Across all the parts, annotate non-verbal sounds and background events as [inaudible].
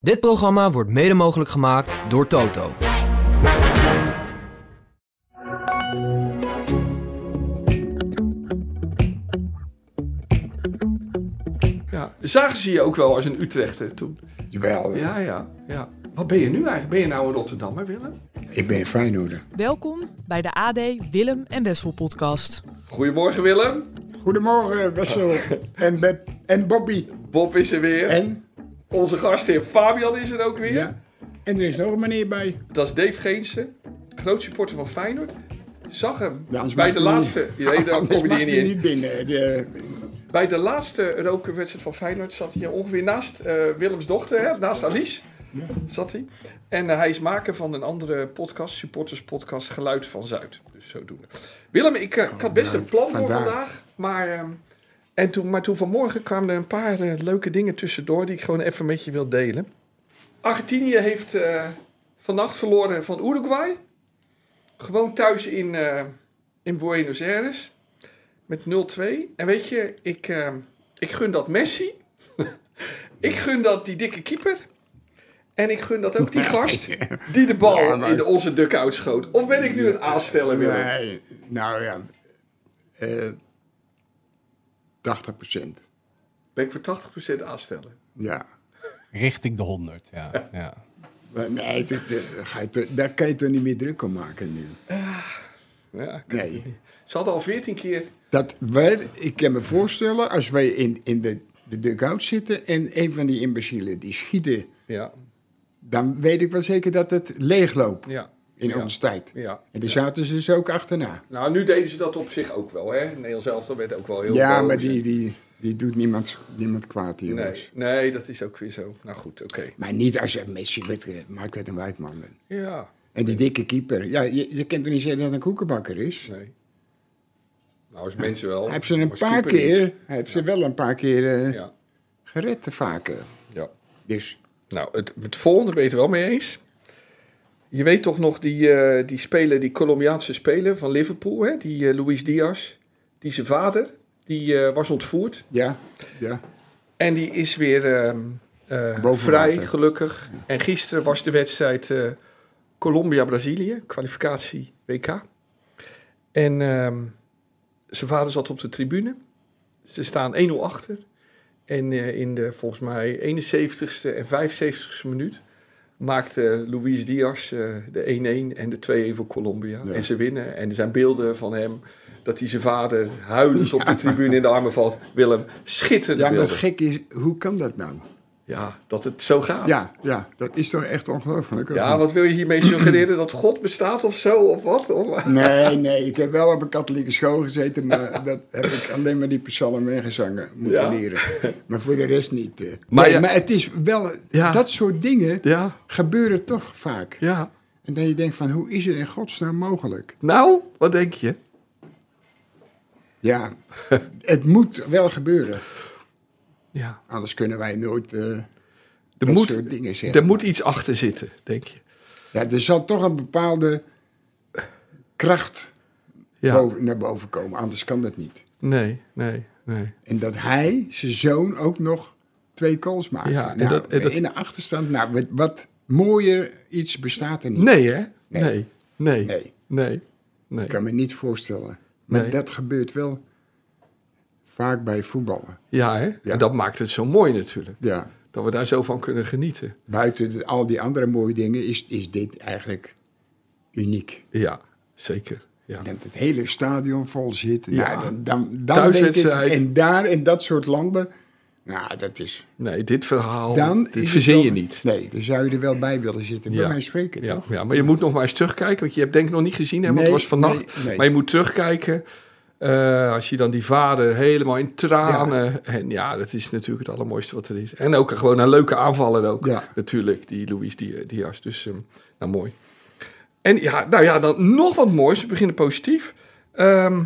Dit programma wordt mede mogelijk gemaakt door Toto. Ja. Zagen ze je ook wel als een Utrechter toen? Jawel, Ja, ja, ja. Wat ben je nu eigenlijk? Ben je nou een Rotterdammer, Willem? ik ben een Feyenoorder. Welkom bij de AD Willem en Wessel podcast. Goedemorgen, Willem. Goedemorgen [laughs] Wessel en, Beb en Bobby Bob is er weer. en, Onze gastheer Fabian is er ook weer. ja. en er is nog een meneer bij. Dat is Dave Geensen, groot supporter van Feyenoord. Zag hem Ja, anders bij mag de hij niet. laatste. Nee, daar [laughs] Anders kom je mag er niet hij in. niet binnen. Eh, De- Bij de laatste rokerwedstrijd van Feyenoord zat hij ongeveer naast eh, Willems dochter, hè, naast Alice. Zat hij. En eh, hij is maker van een andere podcast, supporterspodcast Geluid van Zuid. Dus zodoende. Willem, ik, eh, ik had best nou, een plan voor vandaar. vandaag. Maar, ehm, en toen, maar toen vanmorgen kwamen er een paar eh, leuke dingen tussendoor die ik gewoon even met je wil delen. Argentinië heeft eh, vannacht verloren van Uruguay. Gewoon thuis in, eh, in Buenos Aires. Met 0-2. En weet je, ik, eh, ik gun dat Messi. [laughs] ik gun dat die dikke keeper. En ik gun dat ook die gast die de bal [laughs] Ja, maar- in de onze dugout schoot. Of ben ik nu een aansteller, Willem? nee, nou ja, eh 80 Ben ik voor 80% aansteller? ja. Richting de 100, ja. ja. Maar Nee, dat- dat- dat ga je toch- daar kan je toch niet meer druk om maken nu. Ja, ik- Nee. Ze hadden al 14 keer... Dat wij, ik kan me voorstellen, als wij in, in de, de dugout zitten en een van die imbecielen die schieten, Ja, dan weet ik wel zeker dat het leegloopt ja, in Ja. onze tijd. ja. En daar zaten ze dus ook achterna. Nou, nu deden ze dat op zich ook wel, hè? Nederland zelf dat werd ook wel heel ja, boos maar en- die, die, die doet niemand, niemand kwaad, die jongens. Nee, nee, dat is ook weer zo. Nou goed, oké. Maar niet als je Messi met, eh, maakt met een wijdman bent. Ja, En die dikke keeper. Ja, je, je kent toch niet zeggen dat het een koekenbakker is? nee. Nou, als mensen wel. Hij heeft ze een als paar keeper niet. keer, hij heeft ze wel een paar keer eh, Ja, gered te vaker. ja. Dus Nou, het, het volgende ben je het wel mee eens. Je weet toch nog die, eh, die speler, die Colombiaanse speler van Liverpool, hè? die eh, Luis Diaz. Die zijn vader, die eh, was ontvoerd. ja, ja. En die is weer ehm, eh, Boven vrij, water. gelukkig. En gisteren was de wedstrijd eh, Colombia-Brazilië, kwalificatie WK. En ehm, zijn vader zat op de tribune. Ze staan 1-0 achter. En eh, in de volgens mij 71ste en 75ste minuut maakte Luis Diaz eh, de 1-1 en de 2-1 voor Colombia. Ja. En ze winnen. En er zijn beelden van hem dat hij zijn vader [laughs] huilend op de tribune in de armen valt. Willem, schitterend Ja, maar beelden. het gek is, hoe kan dat nou? Ja, dat het zo gaat. Ja, Ja, ja, dat is toch echt ongelooflijk? of niet? wat wil je hiermee suggereren? Dat God bestaat of zo, of wat? Of- Nee, nee, ik heb wel op een katholieke school [laughs] gezeten, maar dat heb ik alleen maar die psalmen en gezangen moeten Ja. leren. Maar voor de rest niet. eh. Maar nee, ja- maar het is wel, Ja. dat soort dingen Ja, gebeuren toch vaak. ja. En dan je denkt van, hoe is het in godsnaam mogelijk? Nou, wat denk je? [laughs] Ja, het moet wel gebeuren. Ja. Anders kunnen wij nooit eh Er, dat moet, soort dingen zeggen. er moet iets achter zitten, denk je. Ja, er zal toch een bepaalde kracht Ja. boven- naar boven komen, anders kan dat niet. Nee, nee, nee. En dat hij, zijn zoon, ook nog twee goals maakt. Ja, en Nou, dat- en dat- In de achterstand, nou, wat, wat mooier iets bestaat er niet. Nee, hè? Nee. Nee, nee, nee. Nee, nee. nee. ik kan me niet voorstellen. Maar Nee. dat gebeurt wel vaak bij voetballen. Ja, hè? Ja. En dat maakt het zo mooi natuurlijk. Ja, Dat we daar zo van kunnen genieten. buiten de- al die andere mooie dingen is, is dit eigenlijk uniek. Ja, zeker. Ja. Dat het hele stadion vol zit. Ja. Nou, dan, dan, dan denk ik, Thuiswedstrijd. en daar, in dat soort landen, nou, dat is... Nee, dit verhaal, Dan is dit het verzin wel- Oh, je niet. Nee, dan zou je er wel bij willen zitten. Bij mij spreken, ja, toch? Ja, maar je moet nog maar eens terugkijken, want je hebt denk ik nog niet gezien, hè, want het Nee, was vannacht. nee, nee. Maar je moet terugkijken, eh, als je dan die vader helemaal in tranen... En ja, dat is natuurlijk het allermooiste wat er is. En ook gewoon een leuke aanvaller ook, Ja. natuurlijk, die Luis Di- Diaz. Dus, ehm, nou mooi. En ja, nou ja, dan nog wat moois. We beginnen positief. Ehm,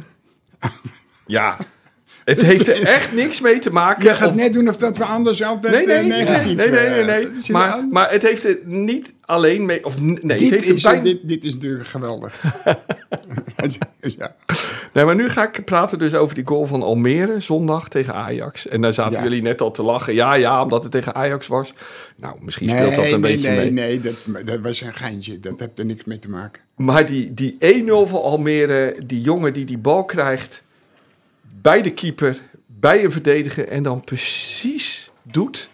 ja, [laughs] het heeft er echt niks mee te maken. Jij gaat of- net doen of dat we anders altijd Nee, nee, eh, nee, nee, negatief... nee, nee, eh, nee. zitten Maar, aan. maar het heeft er niet alleen mee... Of, n- nee, het dit, heeft er is, bijna- [laughs] dit, dit is natuurlijk geweldig. ja. Nee, maar nu ga ik praten dus over die goal van Almere zondag tegen Ajax. En daar zaten Ja. jullie net al te lachen. Ja, ja, omdat het tegen Ajax was. Nou, misschien Nee, speelt dat nee, een nee, beetje mee. nee, dat, maar dat was een geintje. Dat heeft er niks mee te maken. Maar die, die 1-0 van Almere, die jongen die die bal krijgt bij de keeper, bij een verdediger en dan precies doet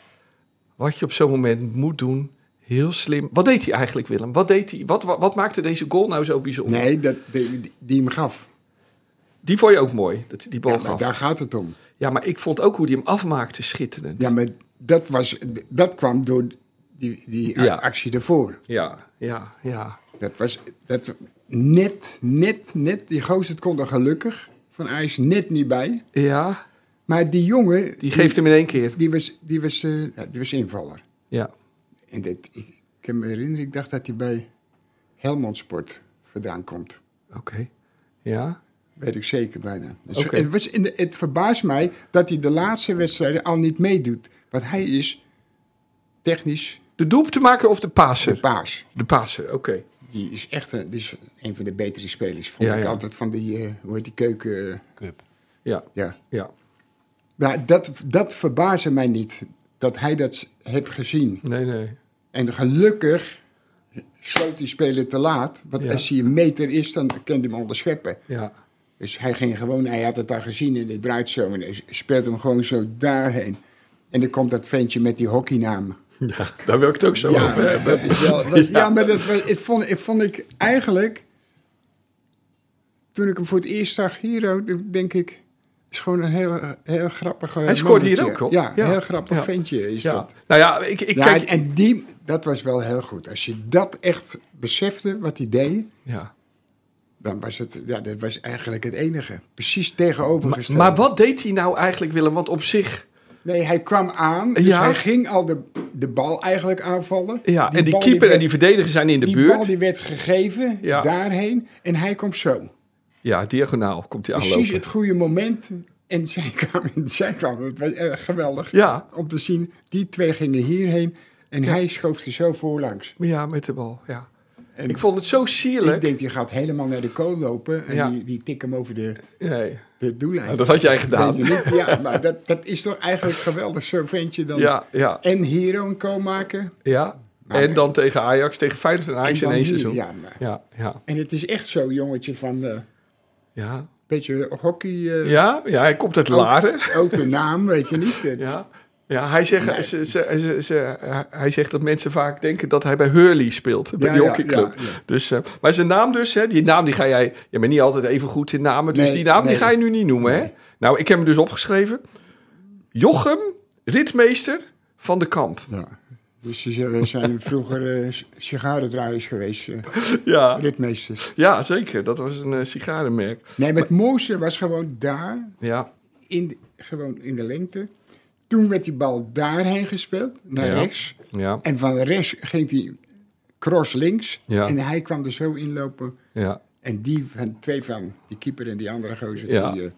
wat je op zo'n moment moet doen. Heel slim. Wat deed hij eigenlijk, Willem? Wat, deed hij, wat, wat, wat maakte deze goal nou zo bijzonder? Nee, dat, die, die- die hem gaf. Die vond je ook mooi, dat hij die bal Ja, maar Oh, gaf. daar gaat het om. Ja, maar ik vond ook hoe hij hem afmaakte schitterend. Ja, maar dat, was, dat kwam door die, die Ja. actie ervoor. Ja, ja, ja. Dat was dat, net, net, net. Die gozer het kon er gelukkig van IJs net niet bij. Ja, Maar die jongen, die, die geeft hem in één keer. die was, die, was, eh, ja, die was invaller. Ja. En dit, ik, ik kan me herinneren, ik dacht dat hij bij Helmond Sport vandaan komt. Oké. Ja. Weet ik zeker bijna. Dus Oké. het, was in de- het verbaast mij dat hij de laatste wedstrijden al niet meedoet. Want hij is technisch De doelpunt te maken of de de paser? paas. De paser, oké. Die is echt een, die is een van de betere spelers. Vond Ja, ik ja. altijd van die, eh, hoe heet die keuken. eh, Cup. Ja, ja. ja. Maar dat, dat verbaasde mij niet. Dat hij dat heeft gezien. Nee, nee. En gelukkig sloot die speler te laat. Want Ja. als hij een meter is, dan kan hij hem onderscheppen. Ja. Dus hij ging gewoon, hij had het daar gezien en hij draait zo. En hij speelt hem gewoon zo daarheen. En dan komt dat ventje met die hockeynaam. [laughs] Ja, daar wil ik het ook zo Ja, over maar hebben. dat is wel, dat- ja. maar dat was- het vond, ik vond ik eigenlijk... Toen ik hem voor het eerst zag, Hero, denk ik... is gewoon een heel, heel grappig Hij scoort hier mannetje. ook, hoor. Ja, een Ja. heel grappig Ja. ventje is Ja. dat. Nou ja, ik, ik Ja, kijk... en die, dat was wel heel goed. Als je dat echt besefte, wat hij deed... Ja. dan was het... Ja, dat was eigenlijk het enige. Precies tegenovergesteld. Maar wat deed hij nou eigenlijk, Willem? Want op zich... Nee, hij kwam aan. Dus Ja. hij ging al de, de bal eigenlijk aanvallen. Ja, en die bal keeper en werd- die verdediger zijn in de die buurt. bal die werd gegeven, Ja. daarheen. En hij komt zo. Ja, diagonaal komt hij Precies aanlopen. het goede moment. En [laughs] zij kwamen. Zij kwamen. Het was eh, geweldig Ja. om te zien. Die twee gingen hierheen. En hij schoof er zo voorlangs. Ja, met de bal, ja. En- ik vond het zo Ik sierlijk. denk, die gaat helemaal naar de kool lopen. En Ja. die, die tik hem over de, Nee, de doellijn. Nou, dat had jij gedaan. Weet je niet? Ja, maar dat, dat is toch eigenlijk geweldig. Zo'n ventje dan. Ja, ja, En hero een kool maken. ja. Maar- en dan tegen Ajax, tegen Feyenoord en Ajax En dan in één hier, seizoen. Ja, maar- Ja, ja, En het is echt zo, jongetje, van eh, een ja. beetje hockey. eh, Ja, ja hij komt uit Laren. Ook, ook de naam, weet je niet. Het- Ja. Ja, hij zegt, ze, ze, ze- ze- hij zegt dat mensen vaak denken dat hij bij Hurley speelt, bij Ja, die ja, hockeyclub. ja, ja. Dus, eh, maar zijn naam dus, hè, die naam die ga jij, je bent niet altijd even goed in namen, dus Nee, die naam nee. die ga je nu niet noemen. Hè? Nou, ik heb hem dus opgeschreven. Jochem, ritmeester van de [laughs] Kamp. Ja. Dus ze zijn- we zijn vroeger eh, s- sigarendraaiers geweest, eh, Ja, ritmeesters. ja zeker, dat was een eh, sigarenmerk. Nee, maar het mooiste was gewoon daar, Ja, in, de- gewoon in de lengte. Toen werd die bal daarheen gespeeld, naar Ja. rechts. ja, En van rechts ging die cross links. Ja. En hij kwam er zo inlopen. ja. En die van, twee van, die keeper en die andere gozer, Ja. die, eh, Het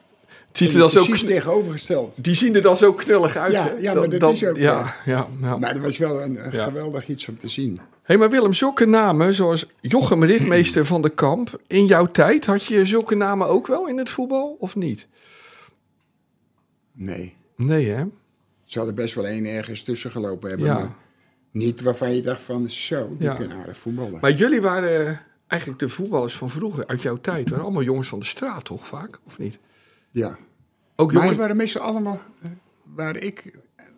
ziet er die dan zo, precies kn- tegenovergesteld. die zien er dan zo knullig uit. Ja, hè? ja, Dan- maar dat dan- is ook, Ja, ja, ja. Maar dat was wel een, een Ja. geweldig iets om te zien. Hé, maar Willem, zulke namen zoals Jochem Ritmeester van de Kamp. In jouw tijd had je zulke namen ook wel in het voetbal, of niet? Nee. Nee, hè? Ze hadden best wel één ergens tussen gelopen hebben. Ja. Maar niet waarvan je dacht van, zo, die Ja. kunnen aardig voetballen. Maar jullie waren eh, eigenlijk de voetballers van vroeger, uit jouw tijd. waren allemaal jongens van de straat, toch vaak? Of niet? ja. Ook maar jongens... het waren meestal allemaal... eh, Waar ik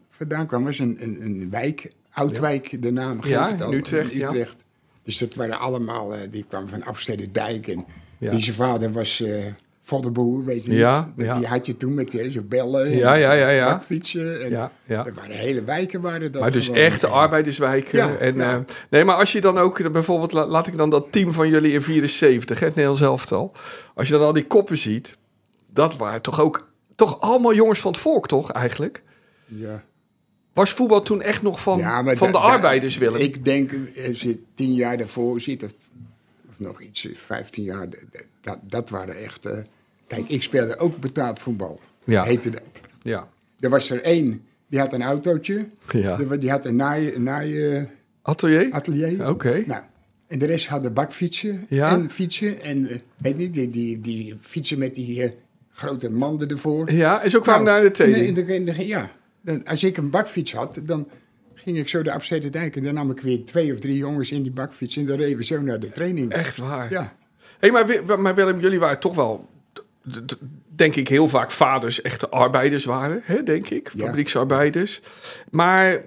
vandaan kwam was een, een, een wijk, Oudwijk, de naam geeft Ja, het al. in Utrecht, ja. Dus dat waren allemaal, eh, die kwamen van Amsterdam-Dijk. En Ja. die zijn vader was eh voddenboer, weet je niet. Ja, Dat- ja. Die had je toen met eh, zo'n bellen en Ja, ja, ja, ja. bakfietsen. En Ja, ja. Er waren hele wijken waren dat Maar dus gewoon. echt de arbeiderswijken. Ja, en, ja. eh, nee, maar als je dan ook eh, bijvoorbeeld, la- laat ik dan dat team van jullie in 74, hè, het Nederlands elftal. Als je dan al die koppen ziet, dat waren toch ook toch allemaal jongens van het volk, toch eigenlijk? Ja. Was voetbal toen echt nog van, Ja, maar van de da- da- arbeiders, Willem? Ik denk, als je tien jaar daarvoor zit, of, of nog iets, eh, vijftien jaar, d- d- dat, dat waren echt... eh, kijk, ik speelde ook betaald voetbal, Ja. heette dat. Ja. Er was er één, die had een autootje, ja. die- die had een naai- een naai, eh, Atelier? atelier. Oké. Nou, En de rest hadden bakfietsen Ja. en fietsen. En eh, weet niet, die, die, die fietsen met die eh, grote manden ervoor. Ja, en zo kwam Nou, naar de tweede. en dan- en dan- ja, dan, als ik een bakfiets had, dan ging ik zo de Amsterdam-dijk en dan nam ik weer twee of drie jongens in die bakfiets en dan reden we zo naar de training. Echt waar. Ja, Hey, maar, Wi- maar Willem, jullie waren toch wel, d- d- denk ik, heel vaak vaders echte arbeiders waren, hè, denk ik. Ja. Fabrieksarbeiders. Maar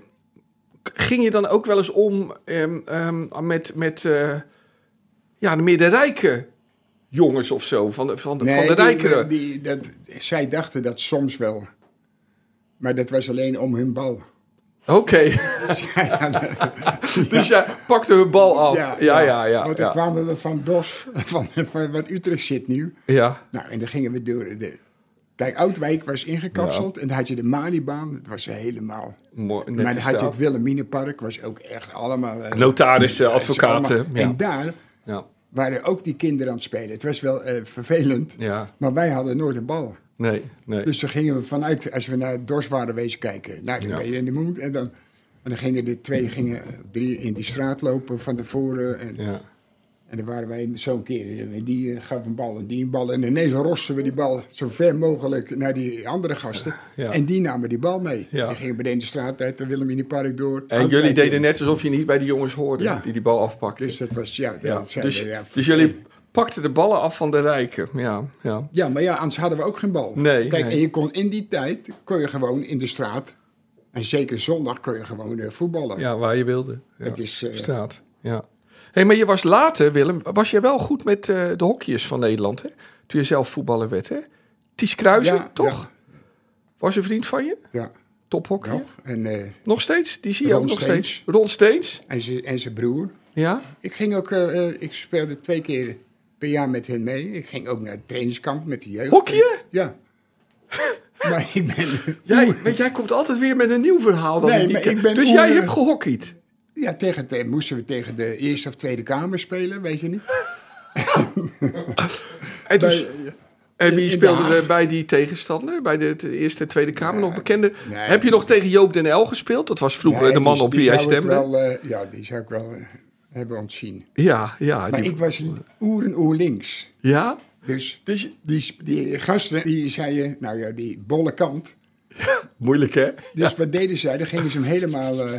k- ging je dan ook wel eens om ehm, ehm, met, met eh, ja, de meer de rijke jongens of zo, van de, van de, van de die- rijkere? Die, dat, zij dachten dat soms wel. Maar dat was alleen om hun bal. Oké, [laughs] [laughs] dus jij pakte hun bal af. Oh, Ja, ja, ja. ja, Want dan ja, kwamen we van DOS, [laughs] van, van wat Utrecht zit nu. Nou, en dan gingen we door. De, kijk, Oudwijk was ingekapseld en dan had je de Malibaan. Dat was helemaal... Mooi, maar dan netjes had je daar. het Willeminenpark, was ook echt allemaal... eh, Notarissen, advocaten, allemaal- ja. En daar ja, waren ook die kinderen aan het spelen. Het was wel eh, vervelend, ja, maar wij hadden nooit een bal. nee, nee. Dus dan gingen we vanuit, als we naar Dorswaardenwezen kijken, nou dan Ja. ben je in de moed. En dan, en dan gingen de twee, gingen eh, drie in die straat lopen van tevoren. En, Ja. en dan waren wij zo'n keer, eh, die eh, gaf een bal en die een bal. En ineens rossen we die bal zo ver mogelijk naar die andere gasten. Ja. En die namen die bal mee. Ja. Die gingen beneden de straat uit, de Willeminepark door. En Houtwijk jullie deden in. net alsof je niet bij die jongens hoorde Ja. die die bal afpakten. Dus dat was, ja, ja. dat zijn dus, we, ja, dus jullie pakten de ballen af van de rijken. Ja, ja. Ja, maar ja, anders hadden we ook geen bal. Nee, Kijk, nee. en je kon in die tijd kon je gewoon in de straat. En zeker zondag kon je gewoon eh, voetballen. ja waar je wilde. Ja. Het is, eh, Staat. Ja. hey, maar je was later, Willem, was je wel goed met eh, de hokjes van Nederland, hè? Toen je zelf voetballer werd, hè? Ties Kruijzen, Ja, toch? Was een vriend van je? ja, Tophokje? nog. En, eh, Nog steeds? Die zie je Ron ook nog Steens. steeds. Ron Steens? en, ze, en zijn broer. Ja? Ik ging ook, eh, eh, ik speelde twee keer per jaar met hen mee. Ik ging ook naar het trainingskamp met de jeugd. Hokje? Ja. [laughs] maar ik ben... Jij, want jij komt altijd weer met een nieuw verhaal. Dan Nee, in die maar ke- ik ben eh, dus oer- jij hebt gehockeyd? Ja, tegen de, moesten we tegen de Eerste of Tweede Kamer spelen, weet je niet? Oh, En dus, Bij- eh, En wie in Den speelde Haag. er bij die tegenstander, bij de, de Eerste en Tweede Kamer nog bekende? nee. Heb je nog tegen Joop den El gespeeld? Dat was vroeger Nee, de man dus op die wie jij zou ik stemde. wel, eh, ja, die zou ik wel eh, hebben ontzien. Ja, ja. Maar die- ik was oer en oer links. ja? Dus Dus je- die, sp- die gasten, die zeiden, nou ja, die bolle kant. moeilijk hè? Dus wat deden zij? Dan gingen ze hem helemaal eh,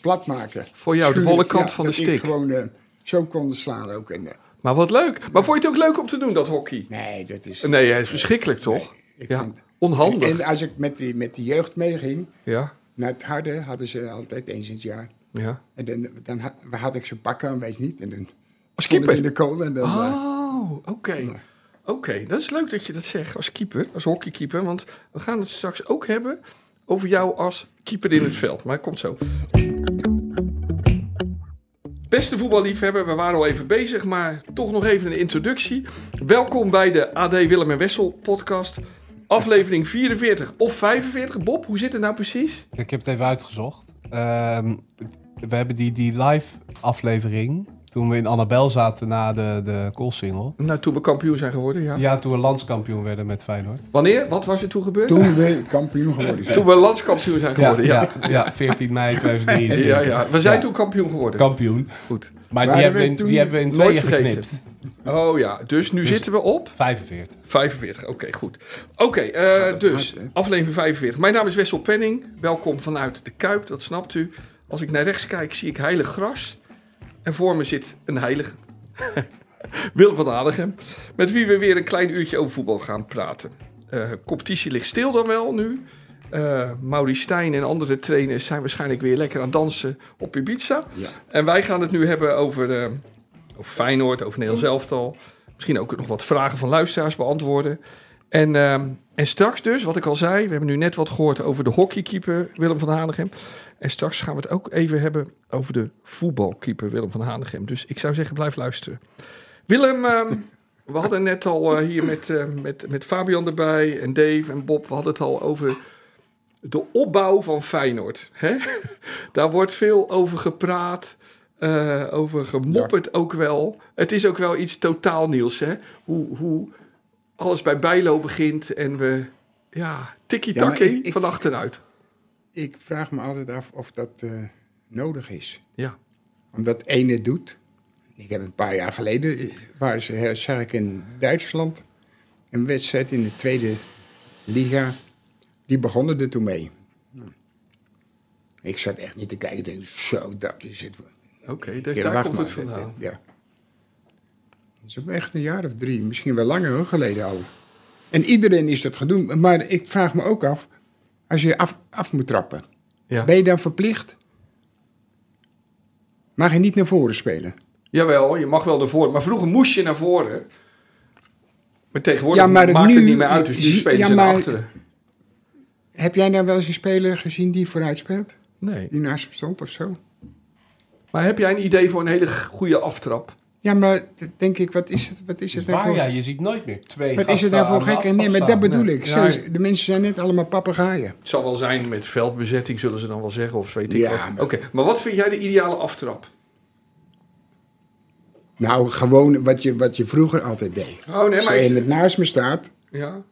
plat maken. Voor jou de Schuur- bolle kant ja, van de dat ik stick. gewoon eh, zo kon slaan ook. En, eh, Maar wat leuk. Maar vond je het ook leuk om te doen, dat hockey? nee, dat is... Nee, het is verschrikkelijk toch? ik ja. vind- Onhandig. En als ik met die, met die jeugd meeging, ja, naar het harde hadden ze altijd eens in het jaar. ja. En dan, dan ha- had ik zo'n pak aan, weet je niet. En dan Als stond ik keeper? in de kool en dan... eh, Oh, oké. Oké, dat is leuk dat je dat zegt als keeper, als hockeykeeper. Want we gaan het straks ook hebben over jou als keeper in het veld. Maar het komt zo. Beste voetballiefhebber, we waren al even bezig, maar toch nog even een introductie. Welkom bij de AD Willem en Wessel podcast. Aflevering 44 of 45. Bob, hoe zit het nou precies? Ik heb het even uitgezocht. Ehm, we hebben die, die live aflevering, toen we in Annabel zaten na de, de koolsingel. Nou, toen we kampioen zijn geworden, ja. Ja, toen we landskampioen werden met Feyenoord. Wanneer? Wat was er toen gebeurd? Toen we kampioen geworden zijn. Toen we landskampioen zijn geworden, ja. ja, ja, 14 mei Ja, 2023. ja. We zijn Ja. toen kampioen geworden. Kampioen. Goed. Maar Waren die hebben, we we in, toen die hebben we in nooit tweeën vergeten? geknipt. Oh ja, dus nu zitten we op 45. 45. Oké, goed. Oké, eh, Gaat het dus hard, hè? aflevering 45. Mijn naam is Wessel Penning. Welkom vanuit de Kuip, dat snapt u. Als ik naar rechts kijk, zie ik heilig gras. En voor me zit een heilige. [laughs] Wil van Aligem. Met wie we weer een klein uurtje over voetbal gaan praten. Eh competitie ligt stil dan wel nu. Eh Mauri Stijn en andere trainers zijn waarschijnlijk weer lekker aan het dansen op Ibiza. Ja. En wij gaan het nu hebben over, eh, over Feyenoord, over Nederlands elftal. Misschien ook nog wat vragen van luisteraars beantwoorden. En, ehm, en straks dus, wat ik al zei, we hebben nu net wat gehoord over de hockeykeeper Willem van Hanegem. En straks gaan we het ook even hebben over de voetbalkeeper Willem van Hanegem. Dus ik zou zeggen, blijf luisteren. Willem, [laughs] ehm, we hadden net al eh, hier met, eh, met, met Fabian erbij en Dave en Bob, we hadden het al over de opbouw van Feyenoord. Hè? [laughs] Daar wordt veel over gepraat, eh, over gemopperd ook wel. Het is ook wel iets totaal nieuws, hè? Hoe, hoe alles bij Bijlo begint en we, ja, tikkie-takkie Ja, maar ik- ik- van achteruit. Ik vraag me altijd af of dat eh, nodig is. Ja, Omdat ene doet. Ik heb een paar jaar geleden, waren ze, eh, zag ik in Duitsland een wedstrijd in de tweede liga. Die begonnen er toen mee. Ik zat echt niet te kijken. Ik denk, zo, dat is het. Oké, dus Ja, daar wacht komt het maar. vandaan. Ja. Dat is echt een jaar of drie, misschien wel langer hoor, geleden al. En iedereen is dat gaan doen. Maar ik vraag me ook af, als je af, af moet trappen, Ja. ben je dan verplicht? Mag je niet naar voren spelen? Jawel, je mag wel naar voren. Maar vroeger moest je naar voren. Maar tegenwoordig Ja, maar maakt het nu- niet meer uit. Dus nu zie- spelen ja, ze naar maar- achteren. Heb jij nou wel eens een speler gezien die vooruit speelt? Nee. Die naast hem stond of zo? Maar heb jij een idee voor een hele goede aftrap? Ja, maar dat denk ik, wat is het, wat is het nou Waar, voor... ja, je ziet nooit meer twee Wat is het gasten nou voor aan de gek? En Nee, maar afstand dat bedoel staan. Nee. ik. Ja, Zo is- ja. de mensen zijn net allemaal papegaaien. Het zal wel zijn met veldbezetting, zullen ze dan wel zeggen. Of weet ik Ja, wat. Oké, maar- maar wat vind jij de ideale aftrap? Nou, gewoon wat je, wat je vroeger altijd deed. Oh nee, Als maar... er ik- iemand naast me staat, ja.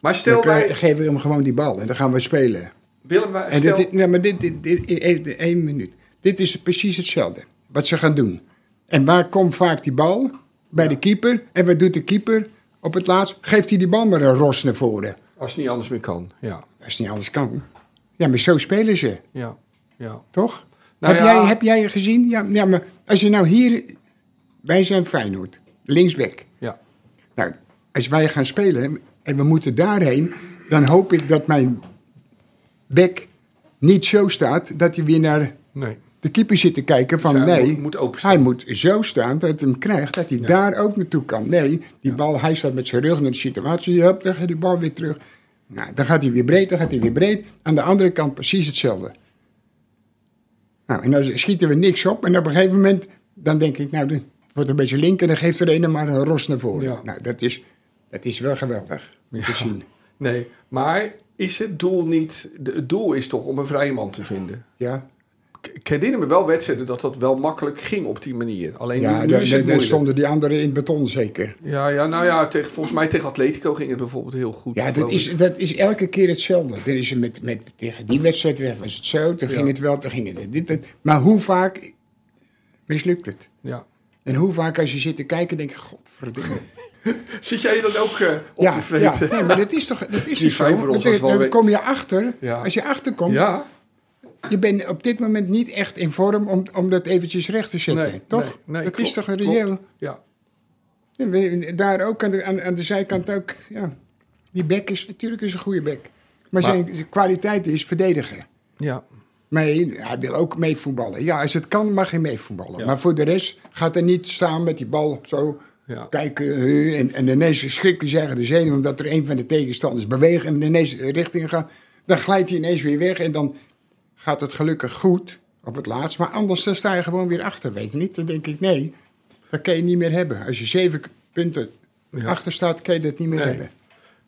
Maar stel dan krijg- wij... geef ik hem gewoon die bal en dan gaan we spelen. Willem, wij En stel, dit, dit- ja, maar dit, dit, dit, even één minuut. Dit is precies hetzelfde wat ze gaan doen. En waar komt vaak die bal? Bij de keeper. En wat doet de keeper? Op het laatst geeft hij die bal maar een ros naar voren. als het niet anders meer kan. Ja, Als het niet anders kan. Ja, maar zo spelen ze, ja, ja. toch? Nou heb, ja. jij, heb jij gezien? Ja, ja, maar als je nou hier... Wij zijn Feyenoord, linksback. ja. Nou, als wij gaan spelen en we moeten daarheen, dan hoop ik dat mijn bek niet zo staat dat hij weer naar Nee. de keeper zit te kijken van Dus hij nee, moet- moet openstaan. hij moet zo staan dat hij hem krijgt, dat hij daar ook naartoe kan. Nee, die bal, hij staat met zijn rug naar de situatie, hup, dan gaat die bal weer terug. Nou, dan gaat hij weer breed, dan gaat hij weer breed. Aan de andere kant precies hetzelfde. Nou, en dan schieten we niks op en op een gegeven moment, dan denk ik, nou, dit wordt een beetje link en dan geeft er een maar een ros naar voren. Ja. Nou, dat is, dat is wel geweldig om te zien. Nee, maar is het doel niet... de- Het doel is toch om een vrije man te vinden? Ja, Ik- Ik herinner me wel wedstrijden dat dat wel makkelijk ging op die manier. Alleen ja nu, nu daar- is daar- het daar moeilijk. stonden die anderen in het beton zeker. Ja, ja, nou ja, tegen, volgens mij tegen Atletico ging het bijvoorbeeld heel goed. Ja, dat geloof is, ik. dat is elke keer hetzelfde. Er is met, met, tegen die wedstrijd weer was het zo, toen Ja. ging het wel, toen ging het dit. dat. Maar hoe vaak mislukt het? Ja. En hoe vaak als je zit te kijken, denk je, [laughs] godverdomme. Zit jij dan ook eh, op te Ja, ja. vreten? Nee, maar dat is toch, dat is Die toch zo? vijver ons Want was wel Dan dan weer- kom je achter, Ja. als je achterkomt, Ja, je bent op dit moment niet echt in vorm om, om dat eventjes recht te zetten, Nee, toch? nee, nee, dat is klopt, toch een reëel? ja. Ja, we- daar ook aan de, aan, aan de zijkant ook, ja. Die bek is, natuurlijk is een goede bek. maar Maar- zijn zijn kwaliteit is verdedigen. Ja, Nee, hij wil ook meevoetballen. Ja, als het kan, mag hij meevoetballen. Ja. Maar voor de rest gaat hij niet staan met die bal zo ja. kijken. eh, En, en ineens schrikken ze eigen de zenuw omdat er een van de tegenstanders beweegt en ineens richting gaat. Dan glijdt hij ineens weer weg en dan gaat het gelukkig goed op het laatst. Maar anders dan sta je gewoon weer achter, weet je niet? Dan denk ik, nee, dat kan je niet meer hebben. Als je zeven k- punten Ja. achter staat, kan je dat niet meer Nee. hebben.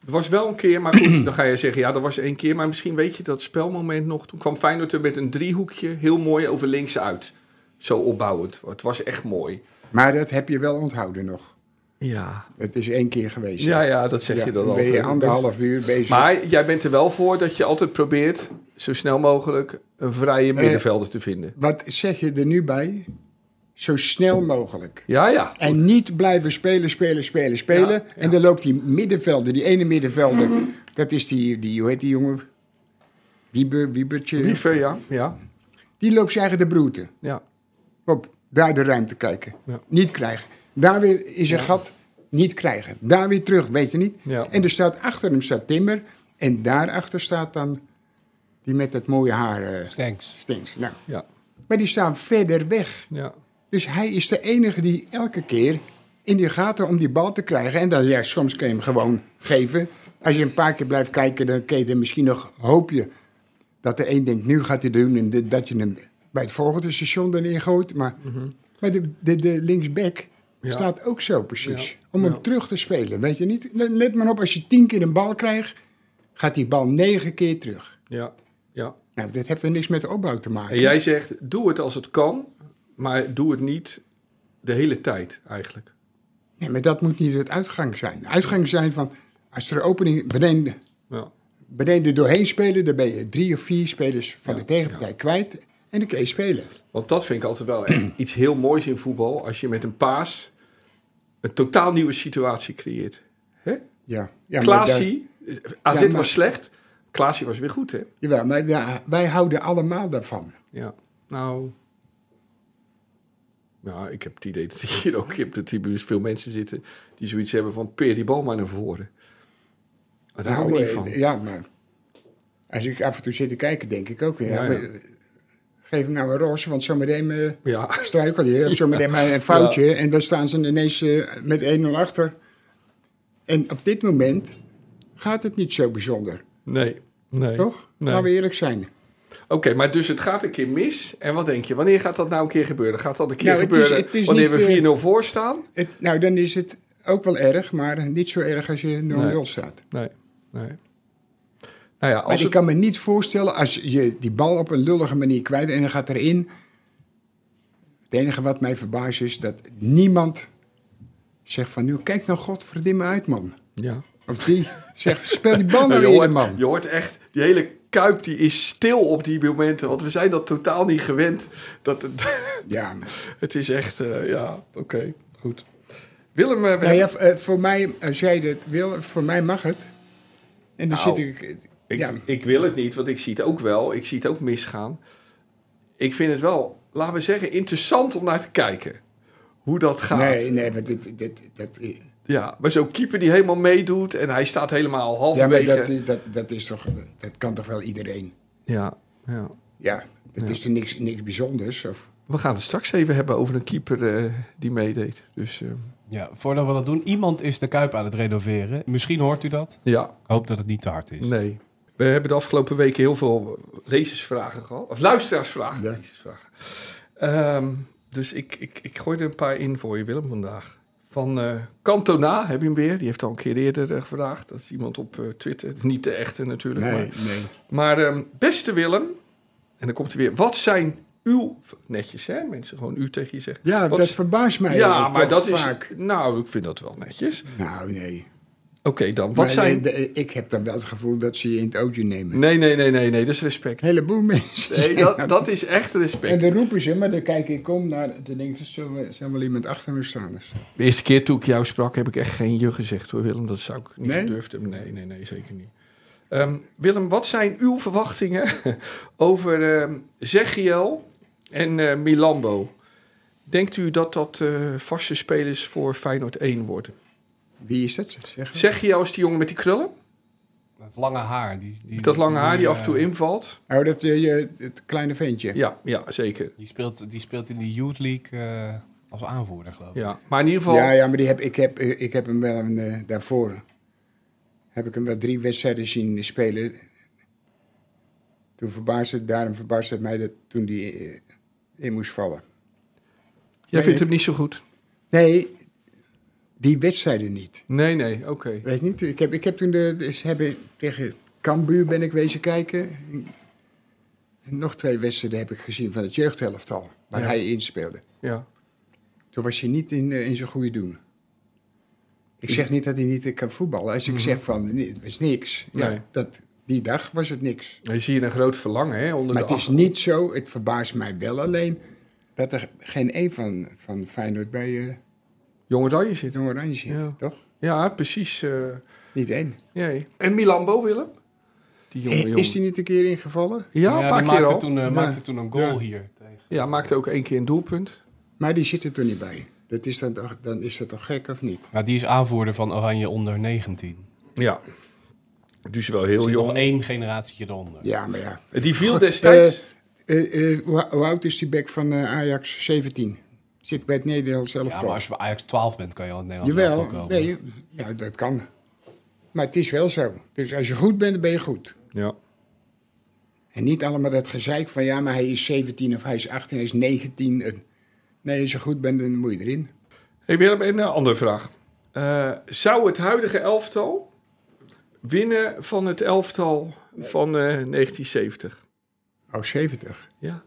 Er was wel een keer, maar goed, dan ga je zeggen, ja, dat was één keer. Maar misschien weet je dat spelmoment nog. Toen kwam Feyenoord er met een driehoekje heel mooi over links uit. Zo opbouwend. Het was echt mooi. Maar dat heb je wel onthouden nog. Ja, Het is één keer geweest. ja, ja dat zeg Ja, je dan ben je altijd. anderhalf uur bezig. Maar jij bent er wel voor dat je altijd probeert zo snel mogelijk een vrije Eh. middenvelder te vinden. Wat zeg je er nu bij? Zo snel mogelijk. Ja, ja. En niet blijven spelen, spelen, spelen, spelen. ja. Mhm. En dan loopt die middenvelder, die ene middenvelder. Dat is die, die hoe heet die jongen? Wieber, Wiebertje. Liever, ja. Ja, Die loopt zijn eigen de broerte. ja. Op, daar de ruimte kijken. Ja. Niet krijgen. Daar weer is een gat. Niet krijgen. Daar weer terug, weet je niet. Ja. En er staat achter hem staat Timmer. En daarachter staat dan die met dat mooie haar eh, Stenks. stinkt. Nou, ja. maar die staan verder weg. ja. Dus hij is de enige die elke keer in die gaten om die bal te krijgen. En dan, ja, soms kun je hem gewoon geven. Als je een paar keer blijft kijken, dan kun je er misschien nog hoop je dat er één denkt, nu gaat hij doen. En de- dat je hem bij het volgende station erin gooit. Maar, maar de, de, de linksback Ja. staat ook zo precies. Ja. Om hem Ja. terug te spelen, weet je niet? Let- Let maar op, als je tien keer een bal krijgt, gaat die bal negen keer terug. ja. ja. Nou, dat heeft er niks met de opbouw te maken. En jij zegt, doe het als het kan, maar doe het niet de hele tijd eigenlijk. Nee, maar dat moet niet het uitgang zijn. De uitgang zijn van, als er een opening beneden, Ja, beneden doorheen spelen, dan ben je drie of vier spelers van Ja, de tegenpartij kwijt. En dan kun je spelen. Want dat vind ik altijd wel [clears throat] echt iets heel moois in voetbal. Als je met een paas een totaal nieuwe situatie creëert. Ja, ja maar daar- Klaasie, AZ Ja, maar- was slecht. Klaasie was weer goed, hè? jawel, maar ja, wij houden allemaal daarvan. Ja, nou... Ja, ik heb het idee dat hier ook op de tribunes veel mensen zitten... die zoiets hebben van, peer die bal maar naar voren. Maar Daar hou ik Nou, niet van. eh, Ja, maar als ik af en toe zit te kijken, denk ik ook weer. Ja, ja, ja. maar, eh, Geef hem nou een roze, want zometeen eh Ja, [laughs] struikel je. Zometeen maar een foutje. En dan staan ze ineens eh, met 1-0 achter. En op dit moment gaat het niet zo bijzonder, nee, nee. toch? Nou, nee. Laten we eerlijk zijn. Oké, maar dus het gaat een keer mis. En wat denk je? Wanneer gaat dat nou een keer gebeuren? Gaat dat een keer Nou, het is- gebeuren het is wanneer niet, eh, we 4-0 voor staan? Het, nou, dan is het ook wel erg, maar niet zo erg als je 0-0 Nee. staat. Nee, nee. Nou ja, Maar als ik het... kan me niet voorstellen als je die bal op een lullige manier kwijt en dan gaat erin. Het enige wat mij verbaast is dat niemand zegt van nu kijk nou godverdimme uit man. Ja. Of [laughs] die zegt speel die bal Nou, nou je, eerder hoort, je man. hoort echt, die hele kuip die is stil op die momenten. Want we zijn dat totaal niet gewend. Dat het, Ja, nou maar- het is echt, eh, ja, oké, goed. Willem, eh, we nou hebben- ja, v- eh, voor mij, als jij dat wil, voor mij mag het. En dan Nou, zit ik, ik, ja, ik wil het niet, want ik zie het ook wel. Ik zie het ook misgaan. Ik vind het wel, laten we zeggen, interessant om naar te kijken. Hoe dat gaat. nee, nee, maar dit, dit, dat, Ja, maar zo'n keeper die helemaal meedoet en hij staat helemaal ja, maar halverwege. Ja, dat, eh, dat, dat is toch, dat kan toch wel iedereen. ja, ja. Ja, dat Ja. is toch niks, niks bijzonders. Of, We gaan het straks even hebben over een keeper eh, die meedeed. Dus eh, Ja, voordat we dat doen, iemand is de Kuip aan het renoveren. Misschien hoort u dat. ja, Ik hoop dat het niet te hard is. nee. We hebben de afgelopen weken heel veel lezersvragen gehad. Of luisteraarsvragen. Ja. lezersvragen. Ehm, dus ik, ik, ik gooi er een paar in voor je, Willem, vandaag. Van eh Cantona, heb je hem weer? Die heeft al een keer eerder eh, gevraagd. Dat is iemand op eh, Twitter. Niet de echte natuurlijk, maar nee, nee. Maar ehm, beste Willem, en dan komt hij weer. Wat zijn uw... Netjes hè, mensen gewoon u tegen je zeggen. Ja, Wat dat is- verbaast mij ja, ja, maar dat vaak. is... Nou, ik vind dat wel netjes. Oké, Nou, nee. dan. Wat Maar zijn... de- de- ik heb dan wel het gevoel dat ze je in het ootje nemen. Nee, nee, nee, nee, nee. Dat is [laughs] respect. Een heleboel mensen. Nee, zeggen dat, dat is echt En respect. dan roepen ze, maar dan kijk ik om naar... Dan denk ik, zullen zal wel iemand achter me staan? Dus. De eerste keer toen ik jou sprak, heb ik echt geen je gezegd hoor, Willem. Dat zou ik niet Nee? gedurfd hebben. Nee, nee, nee, zeker niet. Ehm, Willem, wat zijn uw verwachtingen [laughs] over ehm Zegiel en eh, Milambo? Denkt u dat dat eh, vaste spelers voor Feyenoord 1 worden? Wie is dat? Zeg. Zegiel is die jongen met die krullen, Het lange haar. Die, die, met dat lange haar die af en toe eh, invalt. Oh, dat eh, je- het kleine ventje. Ja, ja, zeker. Die speelt, die speelt in de Youth League eh, als aanvoerder, geloof ik. Ja. Maar in ieder geval, Ja, ja, maar die heb, ik, heb, eh, ik heb hem wel een, eh, daarvoor. Heb ik hem wel drie wedstrijden zien spelen. Toen verbaasde het, daarom verbaasde het mij dat toen die eh, in moest jij vallen. nee, vindt nee. hem niet zo goed. Nee, die wedstrijden niet. Nee, nee, oké. Weet niet, ik heb, ik heb toen de, dus hebben, tegen Cambuur ben ik wezen kijken. En nog twee wedstrijden heb ik gezien van het jeugdhelftal, waar Ja. hij inspeelde. Ja. Toen was hij niet in, eh, in zijn goede doen. Ik zeg niet dat hij niet eh, kan voetballen. Als ik zeg van, nee, het was niks. Mhm. Nee. Ja, dat, die dag was het niks. Je ziet een groot verlangen hè, onder Maar de het is acht- niet zo, het verbaast mij wel alleen... dat er geen één van, van Feyenoord bij eh jonge dan je zit. Jong Oranje zit, Ja. toch? Ja, precies. eh, Niet één. Nee. En Milambo, Willem? Die jonge Eh, jongen. Is die niet een keer ingevallen? Ja, Maar een ja, paar die keer maakte, al. Toen, eh, Ja. maakte toen een goal Ja. hier tegen. Ja, maakte ook één keer een doelpunt. Maar die zit er toch niet bij? Dat is dan, toch- dan is dat toch gek of niet? Nou, die is aanvoerder van Oranje onder 19. Ja. Dus wel Er heel zit nog jong. één generatie eronder. Ja, maar ja. Die viel destijds. Eh, eh, hoe, hoe oud is die bek van eh, Ajax? 17. Zit bij het Nederlands Ja, elftal. maar als je bij Ajax 12 bent, kan je al in het Nederlands elftal Jawel, komen. nee, ja, dat kan. Maar het is wel zo. Dus als je goed bent, dan ben je goed. ja. En niet allemaal dat gezeik van ja, maar hij is 17 of hij is 18, hij is 19. Eh, Nee, als je goed bent, dan moet je erin. Hey Willem, een eh, andere vraag. Eh, zou het huidige elftal winnen van het elftal van eh, 1970? Oh, 70. Ja.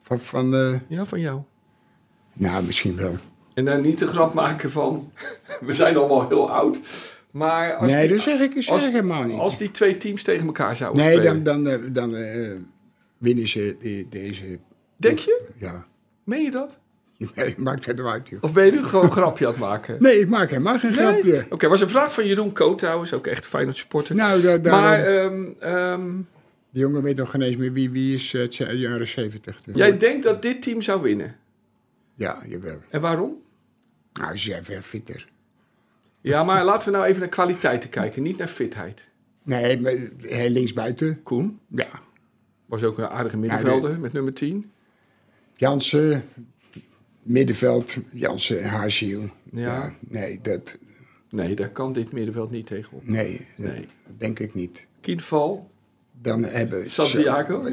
Van, van eh, ja, van jou. nou, misschien wel. En daar niet de grap maken van, [laughs] we zijn allemaal heel oud. Maar als, nee, die, dat zeg ik, zeg als- ik helemaal niet. als die twee teams tegen elkaar zouden nee, spelen. dan, dan, eh, dan eh, winnen ze de- deze. Denk je? Ja, [laughs] Meen je dat? nee, maakt het wel uit, joh. Of ben je nu gewoon een grapje aan het [laughs] maken? Nee, ik maak helemaal geen grapje. Oké, was een vraag van Jeroen Koot trouwens, ook echt Feyenoord supporter. Nou, da- daarom, maar ehm, ehm, de jongen weet nog geen eens meer wie, wie is eh, het zijn jaren 70. Dus. jij denkt dat dit team zou winnen. Ja, jawel. En waarom? Nou, ze zijn veel fitter. Ja, maar laten we nou even naar kwaliteiten kijken, niet naar fitheid. Nee, maar, eh, linksbuiten. Koen Ja. was ook een aardige Nou, middenvelder met nummer 10. Jansen, middenveld, Jansen, Haziel. Ja. nee, dat, Nee, daar kan dit middenveld niet tegenop. nee, Nee. dat denk ik niet. Kienval, Dan hebben we... Santiago.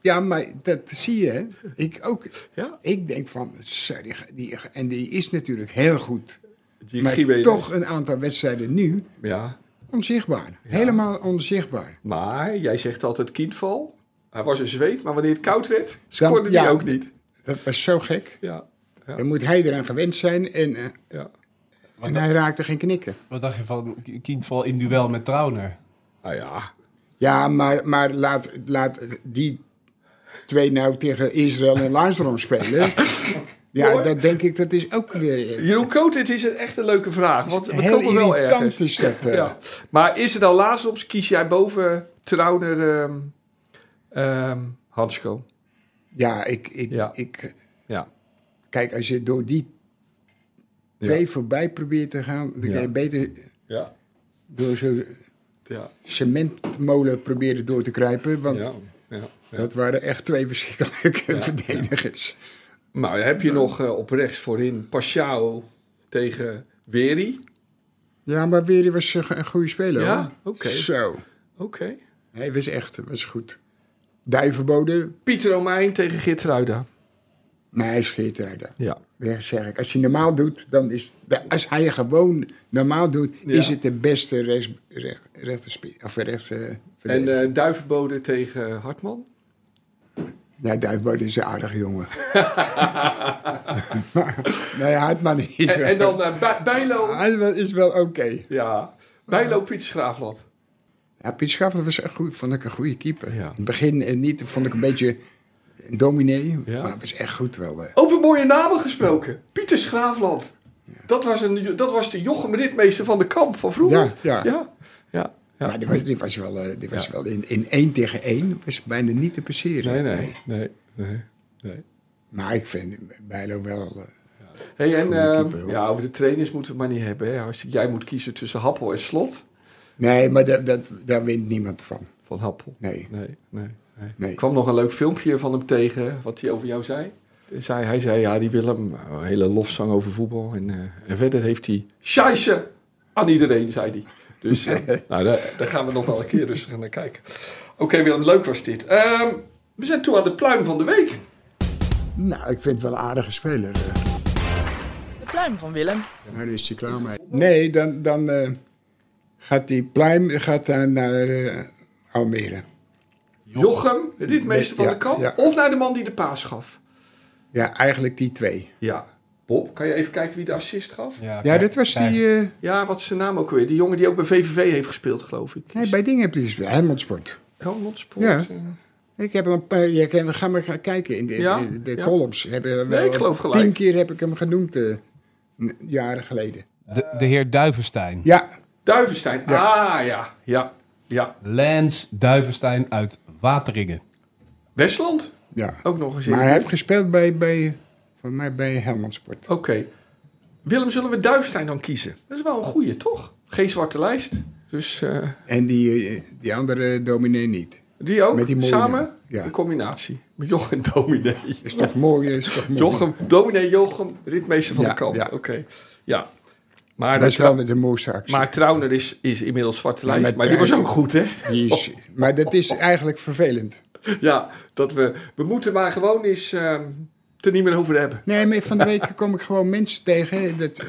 Ja, maar dat zie je. hè. Ik ook. Ja, Ik denk van, sorry, die- die, en die is natuurlijk heel goed. die maar Gimenez. toch een aantal wedstrijden nu Ja, onzichtbaar. Helemaal onzichtbaar. maar jij zegt altijd Kienval. Hij was een zweet, maar wanneer het koud werd, Dan- scoorde hij ja. ook niet. Dat was zo gek. Ja, Ja. Dan moet hij eraan gewend zijn en, eh, ja. en hij raakte geen knikken. Wat dacht je van K- Kindval in duel met Trauner? Nou ja, Ja, maar, maar laat, laat die twee nou tegen Israël en Lazarus spelen. Ja, Mooi. dat denk ik, dat is ook weer... Jeroen Koot, dit is een- echt een leuke vraag. Want we Heel komen wel irritant ergens. is dat. eh. Ja. Maar is het al laatst op? Kies jij boven Trauner ehm ehm, Hansko? Ja, ik, ik, Ja. ik... Ja. Kijk, als je door die twee voorbij probeert te gaan... dan Ja. kan je beter Ja. door zo'n Ja. cementmolen proberen door te kruipen. Want ja. ja. dat waren echt twee verschrikkelijke Ja. verdedigers. Nou, dan heb je nog eh, op rechts voorin Pashao tegen Weri. Ja, maar Weeri was een een goede speler. Ja? hoor. Oké. Zo. Oké. Hij was echt, was goed. Duivenbode, Pieter Romein tegen Geert Ruida. Nee, hij scheert rijden. Ja. Weer zeg ik, als hij normaal doet, dan is de- als hij gewoon normaal doet, Ja. is het de beste rechts, recht, rechterspe- of rechts eh, En verdediger. eh, Duivenbode tegen eh, Hartman. Nee, Duifbode is een aardige [laughs] jongen. [laughs] nee, Hartman is En, wel, en dan eh, Bij- Bijlo. Hartman is wel oké. Ja. Bijlo Piet Schraafland. Ja, Piet Schaffer was een goeie, vond ik een goede keeper. Ja. In het begin eh, niet, vond ik een beetje een dominee, Ja. maar was echt goed wel. eh. Over mooie namen gesproken. Pieter Schraafland. Dat, was een, dat was de Jochem Ritmeester van de kamp van vroeger. Ja, ja. ja. ja, ja. Maar die was, die was wel, eh, die was Ja. wel in, in één tegen één, was bijna niet te passeren. Nee, nee, nee, nee. nee. Maar ik vind Bijlo wel... eh, Hey, en Goeie eh, keeper, hoor. ja, over de trainers moeten we het maar niet hebben. Hè. Als jij moet kiezen tussen Happel en Slot. Nee, maar dat, dat, daar wint niemand van. Van Happel. Nee. Nee, nee, nee. Nee. Ik kwam nog een leuk filmpje van hem tegen, wat hij over jou zei. Hij zei, hij zei ja, die Willem, een hele lofzang over voetbal. En, eh, en verder heeft hij, scheisse aan iedereen, zei hij. Dus eh, [laughs] nou, daar, daar gaan we nog wel een keer rustig naar kijken. Oké Willem, leuk was dit. Ehm, we zijn toe aan de pluim van de week. Nou, ik vind het wel een aardige speler. eh. De pluim van Willem. Nou, daar is hij klaar mee. Nee, dan, dan eh, gaat die pluim gaat dan naar eh, Almere. Jochem, de ritmeester van Ja, de kamp. ja. Of naar de man die de paas gaf. Ja, eigenlijk die twee. Ja. Bob, kan je even kijken wie de assist gaf? Ja, kijk, dat was die... kijk. eh, Ja, wat is zijn naam ook weer? Die jongen die ook bij VVV heeft gespeeld, geloof ik. nee, bij dingen heb je gespeeld. Helmond Sport. Helmond Sport. Ja. eh. Ik heb er een paar... Je kan, ga maar gaan kijken in de, Ja, de, de ja. columns. Heb je er wel, Nee, ik geloof gelijk. Tien keer heb ik hem genoemd, eh, n- jaren geleden. De, de heer Duivenstein. Ja, Duivenstein. Ah, ja. Ja. Ja. Lance Duivenstein uit Wateringen. Westland. ja. Ook nog eens in. Maar hij heeft gespeeld bij, bij, voor mij bij Helmond Sport. Oké. Willem, zullen we Duivenstein dan kiezen? Dat is wel een goeie, toch? Geen zwarte lijst. Dus eh, En die, eh, die andere dominee niet. die ook. Met die mooie naam, Samen. ja. Een combinatie. Met Jochem [laughs] Dominee. Is toch mooi, eh, is toch mooi. Jochem, dominee Jochem, ritmeester van Ja, de kamp. ja. Oké. Ja. Maar, Dat is dat- wel met de mooiste actie. maar Trauner is, is inmiddels zwarte Ja, lijst. maar maar die was Trauner- ook goed, hè? Die Oh. is, maar dat is eigenlijk vervelend. Ja, dat we, we moeten maar gewoon eens ehm er niet meer over hebben. Nee, maar van de [laughs] week kom ik gewoon mensen tegen. Dat,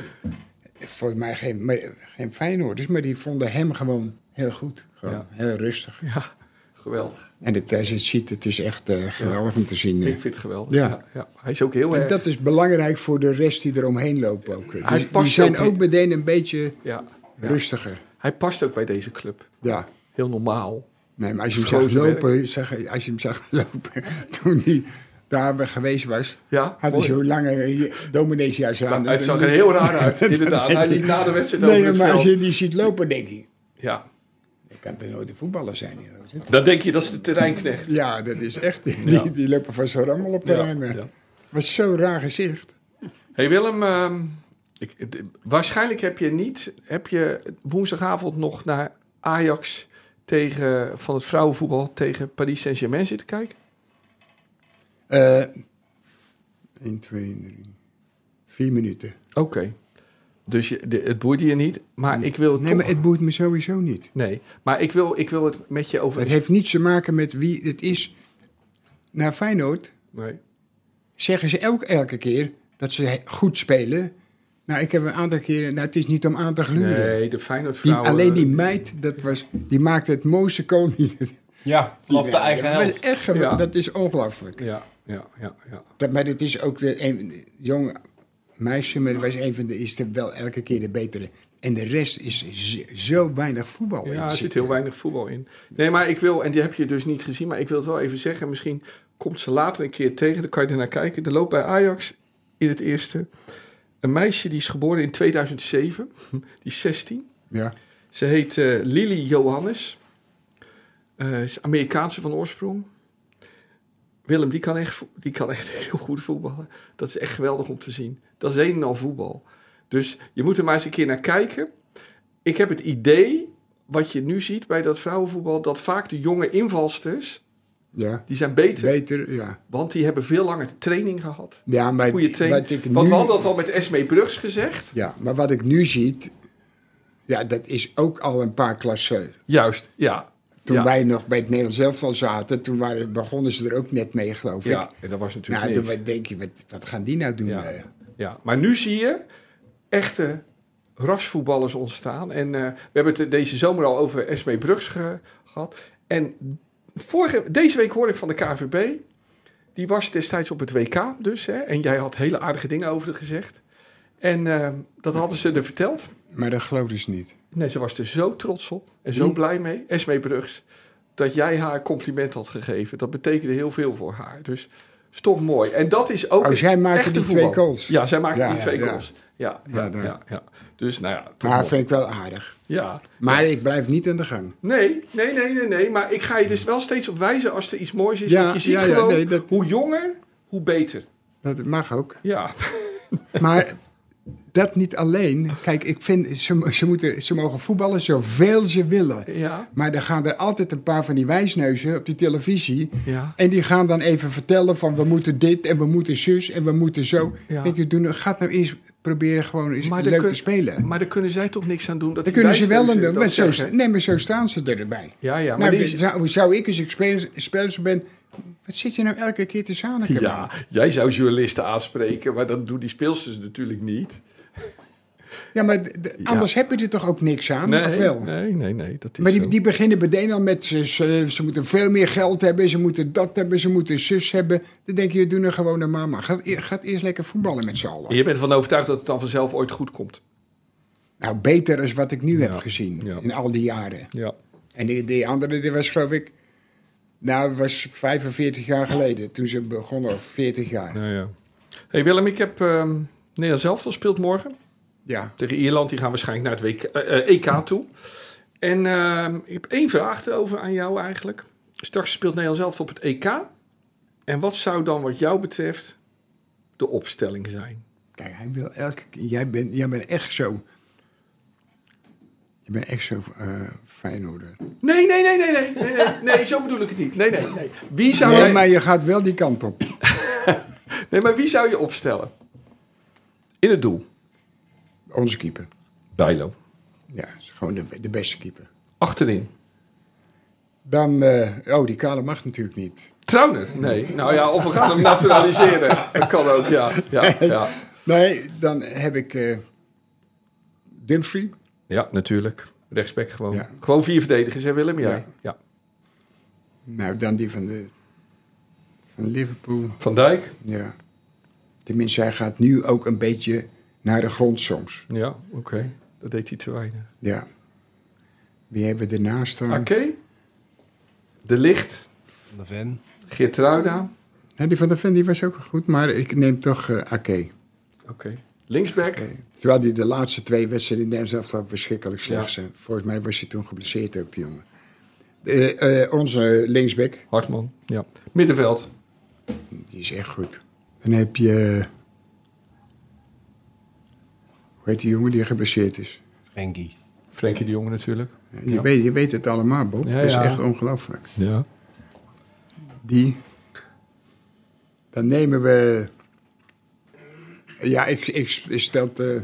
volgens mij geen, maar, geen Feyenoorders, maar die vonden hem gewoon heel goed. Gewoon Ja. heel rustig. Ja, geweldig. En dat, als je het ziet, het is echt eh, geweldig om te zien. Ik vind het geweldig. Ja. Ja. Ja, Hij is ook heel En erg. dat is belangrijk voor de rest die eromheen lopen ook. Dus Die, Hij die past zijn ook niet. ook meteen een beetje Ja, ja. rustiger. Hij past ook bij deze club. Ja. Heel normaal. Nee, maar als je hem zag Gozenberg. lopen, zeg, als je hem zag [laughs] lopen toen hij daar geweest was, Ja, had hij mooi. zo'n lange eh, domineesjas aan. Nou, het zag er heel raar [laughs] uit, inderdaad. Hij liep na de wedstrijd over Nee, het maar als veld. je die ziet lopen, denk ik, Ja, dat kan toch nooit een voetballer zijn? hier, is het? dan denk je dat is de terreinknecht. Ja, dat is echt, die, Ja. die lopen van zo'n rammel op de Ja, terrein. weg. ja. was zo'n raar gezicht. Hey Willem, ehm, ik, het- waarschijnlijk heb je niet, heb je woensdagavond nog naar Ajax tegen, van het vrouwenvoetbal tegen Paris Saint-Germain zitten kijken? 1, 2, 3, 4 minuten. Oké. Dus je, de- het boeide je niet, maar ik wil het Nee, maar toch- het boeit me sowieso niet. nee, maar ik wil, ik wil het met je over... Het heeft niets te maken met wie het is. Naar Feyenoord Nee. zeggen ze ook elke keer dat ze he- goed spelen. Nou, ik heb een aantal keren... Nou, het is niet om aan te gluren. nee, de Feyenoord Die, vrouwen... alleen die meid, dat was, die maakte het mooiste koning. die- Ja, vanaf de die- eigen dat was helft. echt gewel- Ja. Dat is ongelooflijk. Ja, ja, ja, ja. Dat, maar het is ook weer een jong meisje, maar dat was een van de, is er wel elke keer de betere. En de rest is z- zo weinig voetbal. in Ja, er zit zitten. heel weinig voetbal in. Nee, maar ik wil, en die heb je dus niet gezien, maar ik wil het wel even zeggen. Misschien komt ze later een keer tegen, dan kan je ernaar kijken. Er loopt bij Ajax in het eerste een meisje die is geboren in 2007, die is 16. Ja. Ze heet eh, Lily Johannes. Eh, is Amerikaanse van oorsprong. Willem, die kan, echt, vo- die kan echt [laughs] heel goed voetballen. Dat is echt geweldig om te zien. Dat is een en al voetbal. Dus je moet er maar eens een keer naar kijken. Ik heb het idee, wat je nu ziet bij dat vrouwenvoetbal... dat vaak de jonge invalsters, ja. die zijn beter. Beter, ja. Want die hebben veel langer training gehad. Ja, maar Goede training. wat ik nu... Want we hadden dat al met Esme Brugs gezegd. Ja, maar wat ik nu zie, ja, dat is ook al een paar klassen. Juist, ja. Toen ja. wij nog bij het Nederlands elftal zaten, toen waren, begonnen ze er ook net mee, geloof ik. Ja, en dat was natuurlijk Nou, niks. dan denk je, wat, wat gaan die nou doen? Ja. eh? Ja, maar nu zie je echte rasvoetballers ontstaan. En eh, we hebben het deze zomer al over SB Brugs ge- gehad. En vorige, deze week hoorde ik van de KVB. Die was destijds op het WK dus. Hè, en jij had hele aardige dingen over haar gezegd. En eh, dat hadden ze er verteld. Maar dat geloofden ze niet. Nee, ze was er zo trots op en zo Wie? blij mee, Esme Brugs, dat jij haar een compliment had gegeven. Dat betekende heel veel voor haar. Dus stom mooi. En dat is ook. Oh, het zij maakte echte die voetbal. twee goals. Ja, zij maakte Ja, die ja, twee ja. goals. Ja, ja, Ja, ja, daar. ja, Dus nou ja, toch Maar mooi. vind ik wel aardig. ja. Maar ik blijf niet aan de gang. Nee, nee, nee, nee, nee. Maar ik ga je dus wel steeds op wijzen als er iets moois is. Ja, Want je ziet ja, ja, gewoon nee, dat- hoe jonger, hoe beter. Dat mag ook. Ja, [laughs] Maar dat niet alleen. Kijk, ik vind, ze, ze, moeten, ze mogen voetballen zoveel ze willen. ja, Maar er gaan er altijd een paar van die wijsneuzen op die televisie. ja. En die gaan dan even vertellen van we moeten dit en we moeten zus en we moeten zo. Ja. Denk je, doe, nou- gaat nou eerst proberen gewoon eens Maar leuk dan kun- te spelen. Maar daar kunnen zij toch niks aan doen. Dat Dan die kunnen ze wel wijsneuzen een dat doen. want Zo, zeggen. sta- nee, maar zo staan ze erbij. Ja, ja, maar nou, die is- dit zou, zou ik als ik spelers- speler ben... Wat zit je nou elke keer te zaniken? man? Ja, jij zou journalisten aanspreken, maar dat doen die speelsters natuurlijk niet. ja maar d- d- anders heb je er toch ook niks aan? of wel? nee, nee, nee, dat is Maar die, zo. die beginnen meteen al met ze, ze, ze moeten veel meer geld hebben, ze moeten dat hebben, ze moeten zus hebben. Dan denk je, doe nou gewoon naar mama. Gaat, e- gaat eerst lekker voetballen met z'n allen. Je bent ervan overtuigd dat het dan vanzelf ooit goed komt. Nou, beter als wat ik nu Ja, heb gezien ja. in al die jaren. Ja. En die, die andere, die was geloof ik, nou, was 45 jaar geleden toen ze begonnen, of 40 jaar. Nou ja. hey Willem, ik heb... ehm Nederland zelf speelt morgen Ja, tegen Ierland. Die gaan waarschijnlijk naar het WK, eh, eh, EK toe. En ehm, ik heb één vraag erover aan jou eigenlijk. Straks speelt Nederland zelf op het EK. En wat zou dan wat jou betreft de opstelling zijn? kijk, hij wil elke keer, jij bent, jij bent echt zo, je bent echt zo eh Feyenoorder. Nee, nee, nee, nee, nee, nee, nee, nee, zo bedoel ik het niet. Nee, nee, nee. Wie zou Nee, jij... maar je gaat wel die kant op. Nee, maar wie zou je opstellen? In het doel. Onze keeper. Bijlo. Ja, is gewoon de, de beste keeper. Achterin. Dan, eh, oh, die kale mag natuurlijk niet. Trouwner? Nee. Nou ja, of we gaan hem naturaliseren. Dat kan ook, ja. Ja, ja. Nee, dan heb ik eh Dumfries. ja natuurlijk. Rechtsback gewoon. Ja. Gewoon vier verdedigers, hè Willem? Jij? Ja. Ja. Nou, dan die van, de, van Liverpool. Van Dijk? Ja. Tenminste, hij gaat nu ook een beetje naar de grond soms. Ja, oké. Dat deed hij te weinig. Ja. Wie hebben we ernaast staan? Oké? De Licht, De Ven. Geertruida. Ja, Nou, die van de Ven die was ook goed, maar ik neem toch eh Ake. Oké. Linksback. Oké. Terwijl hij de laatste twee wedstrijden in Nederland zelf verschrikkelijk slecht zijn. Volgens mij was hij toen geblesseerd ook, die jongen. Eh, eh, onze linksback, Hartman. Ja. Middenveld. die is echt goed. Dan heb je... eh, Hoe heet die jongen die geblesseerd is? Eh, Frenkie. Frenkie de Jong natuurlijk. Je, weet, je weet het allemaal, Bob. Ja, dat is ja. echt ongelooflijk. Ja. Die. Dan nemen we... Ja, ik, ik stel... eh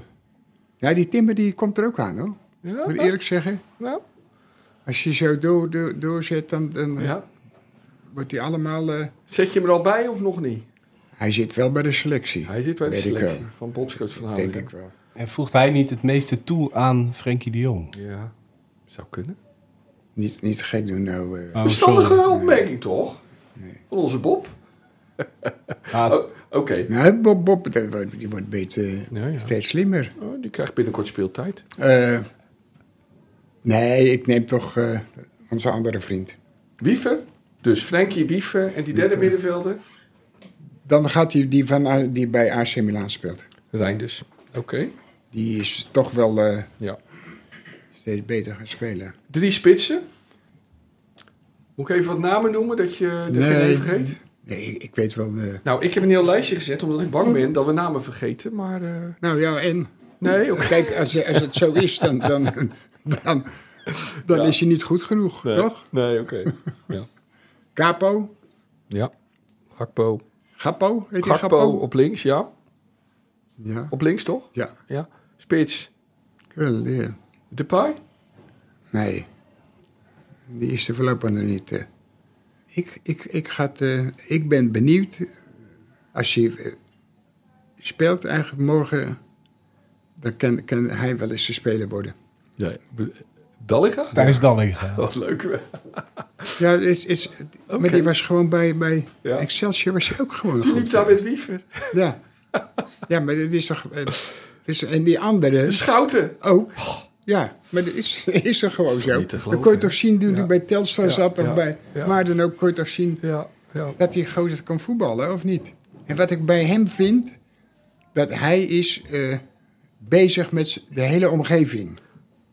Ja, die Timber die komt er ook aan, hoor. Ja, Moet ik nou, eerlijk zeggen. nou, Als je zo door, door, doorzet, dan, dan ja. wordt hij allemaal... eh, Zet je hem er al bij of nog niet? Hij zit wel bij de selectie. Hij zit bij de Weet ik selectie Oh, wel. van Bondscoach van denk Houding. ik wel. En voegt hij niet het meeste toe aan Frenkie de Jong? Ja, zou kunnen. Niet, niet gek doen nou. eh. Oh, Verstandige sorry. opmerking toch? Van onze Bob. Ah, Oh, Oké. Nou, Bob, Bob dat wordt- die wordt beter, eh, Ja, ja. steeds slimmer. Oh, die krijgt binnenkort speeltijd. Eh, nee, ik neem toch eh, onze andere vriend. Wiever. Dus Frenkie, Wiever en die derde middenvelder. Dan gaat hij die, van, A- die bij AC Milan speelt. Rijn dus. Oké. Die is toch wel eh, Ja. steeds beter gaan spelen. Drie spitsen. Moet ik even wat namen noemen dat je dat je Nee. geen vergeet? Nee, ik, ik weet wel. eh, Nou, ik heb een heel lijstje gezet omdat ik bang ben dat we namen vergeten. Maar eh, nou ja, en nee, oké. kijk, als, je- als het zo is, dan, dan, dan, dan Ja. is hij niet goed genoeg, toch? Nee, oké. [laughs] Ja. Capo, ja. Hakpo. Gappo, heet hij Hakpo Gappo? op links, ja. Ja, Op links toch? ja, Ja. Spits. ik wil het leren. Depay. Nee, die is er voorlopig nog niet. eh. Ik, ik, ik, ga het, eh, ik ben benieuwd. eh, Als hij eh, speelt eigenlijk morgen, dan kan, kan hij wel eens een speler worden. Nee. Dalliga. Thijs Dallinga. Wat leuk. Ja, het is, is, maar die was gewoon bij, bij Ja. Excelsior was hij ook gewoon Die goed. liep daar met Wiever. Ja. ja, maar dit is toch... eh, het is, en die andere Schouten. ook. Ja, maar dat is, is er gewoon zo. Oh. niet te Dan geloven, kon je hè? toch zien, toen Ja. hij bij Telstra Ja, zat, of ja, bij ja. waar dan ook, kon je toch zien... Ja, ja. dat die gozer kan voetballen, of niet? En wat ik bij hem vind, dat hij is eh, bezig met z- de hele omgeving.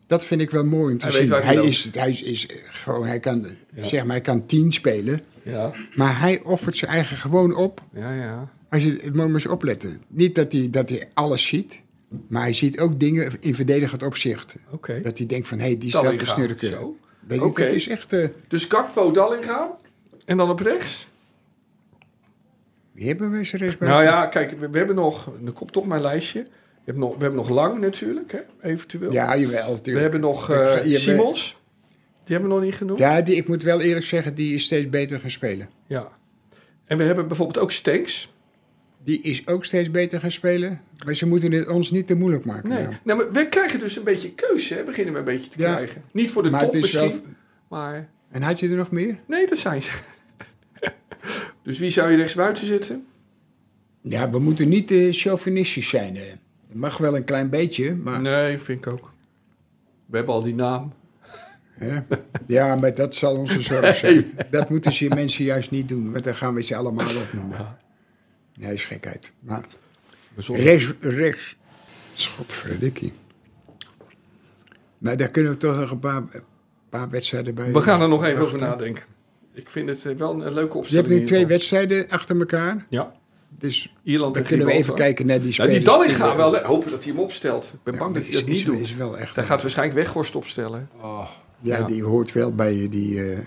Dat vind ik wel mooi om te Hij weet zien. waar hij Hij loopt. is, hij is, is eh, gewoon, hij kan, zeg maar, hij kan tien spelen, Ja, maar hij offert zijn eigen gewoon op. ja, ja. Als je het moet maar eens opletten. Niet dat hij, dat hij alles ziet, maar hij ziet ook dingen in verdedigend opzicht. Oké. Dat hij denkt van, hé, hey, die staat te Dallinga, snurken. zo. Weet je, Oké. dat is echt... eh, Dus Gakpo, Dallinga. En dan op rechts? wie hebben we ze rechts bij? Nou ja, kijk, we, we hebben nog... Dan komt toch mijn lijstje. We hebben nog, we hebben nog Lang natuurlijk, hè, eventueel. Ja, jawel. we tuurlijk. hebben nog Ik ga- eh, je bent- Simons. Die hebben we nog niet genoemd. Ja, die, ik moet wel eerlijk zeggen, die is steeds beter gaan spelen. Ja. En we hebben bijvoorbeeld ook Stenks. Die is ook steeds beter gaan spelen. Maar ze moeten het ons niet te moeilijk maken. Nee. nou. Nou, maar we krijgen dus een beetje keuze, hè, beginnen we een beetje te Ja. krijgen. Niet voor de Maar top het is misschien, wel... maar... En had je er nog meer? Nee, dat zijn ze. [laughs] dus wie zou je rechtsbuiten zitten? Ja, we moeten niet eh, chauvinistisch zijn. eh. Het mag wel een klein beetje, maar... Nee, vind ik ook. We hebben al die naam. Hè? Ja, maar dat zal dus onze zorg zijn. Dat moeten ze mensen juist niet doen, want dan gaan we ze allemaal opnoemen. Nee, is gekheid. Maar We zullen- rechts, rechts. Schotverdikkie. Maar daar kunnen we toch nog een paar, een paar wedstrijden bij We gaan er nog even wachten. over nadenken. Ik vind het eh, wel een, een leuke Je opstelling. hebt nu in twee ieder wedstrijden achter elkaar. geval. Ja, Dus Ierland dan en kunnen we even Gibraltar. kijken naar die Nou, spelers. die Dallinga die- wel. hè. Hopen dat hij hem opstelt. Ik ben Ja, bang dat hij is- dat niet is, doet. Is wel echt Hij gaat waarschijnlijk Weghorst opstellen. Oh, ja, ja. die hoort wel bij die... eh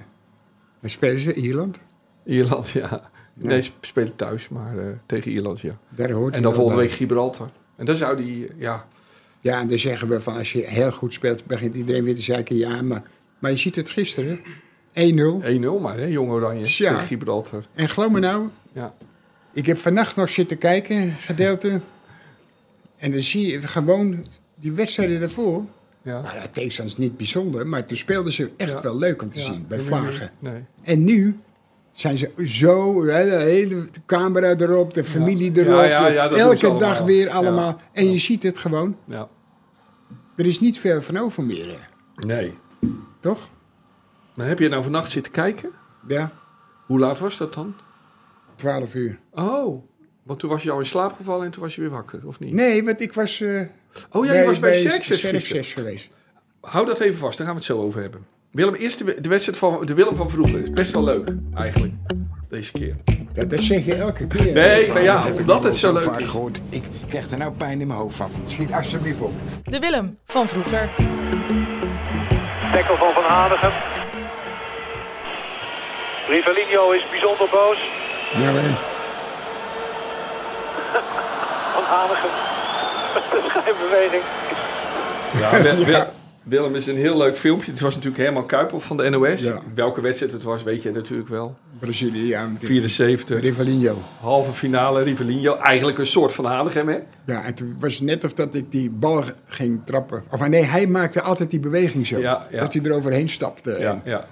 wat spelen ze? Ierland? Ierland, ja. Nee, ze spelen thuis, maar eh, tegen Ierland, ja. Daar hoort En hij dan wel volgende bij. week Gibraltar. En dan zou die, eh, ja. Ja, en dan zeggen we van als je heel goed speelt, begint iedereen weer te zeggen ja, maar, maar je ziet het gisteren. 1-0. 1-0 maar, hè, Jong Oranje. Tja. Tegen Gibraltar. En geloof me nou, Ja. ik heb vannacht nog zitten kijken, gedeelte. En dan zie je gewoon die wedstrijden daarvoor. ja. Nou, dat tegenstand is niet bijzonder, maar toen speelden ze echt Ja. wel leuk om te Ja, zien bij en nu- Vlagen. Nee. En nu zijn ze zo, hè, de hele camera erop, de familie erop. Ja, ja, ja, dat doen ze elke allemaal. dag weer Ja. allemaal. En Ja. je ziet het gewoon. Ja. Er is niet veel van over meer, hè, Nee. toch? Maar heb je nou vannacht zitten kijken? Ja, Hoe laat was dat dan? 12 uur. Oh, want toen was je al in slaap gevallen en toen was je weer wakker, of niet? Nee, want ik was, eh, Oh ja, je was bij Xerxes gisteren. Xerxes geweest. Hou dat even vast, daar gaan we het zo over hebben. Willem, eerst de, we- de wedstrijd van de Willem van vroeger. Is best wel leuk, eigenlijk. Deze keer. Dat, dat zeg je elke keer. Nee, maar ja, omdat het zo leuk is. Goed, ik krijg er nou pijn in mijn hoofd van. Schiet alsjeblieft op. De Willem van vroeger. Tackle van Van Hanegem. Rivellino is bijzonder boos. Ja, maar- [laughs] Van Hanegem. [laughs] Met de schijnbeweging. Wil- Wil- Willem is een heel leuk filmpje. Het was natuurlijk helemaal Kuipel van de NOS. Ja. Welke wedstrijd het was, weet je natuurlijk wel. Braziliaan. 74, Rivalinho. halve finale, Rivellino. Eigenlijk een soort van Hanegem, hè? Ja, en toen was het net of dat ik die bal ging trappen. Of ah, nee, hij maakte altijd die beweging zo. Ja, ja. Dat hij eroverheen stapte. Ja. ja.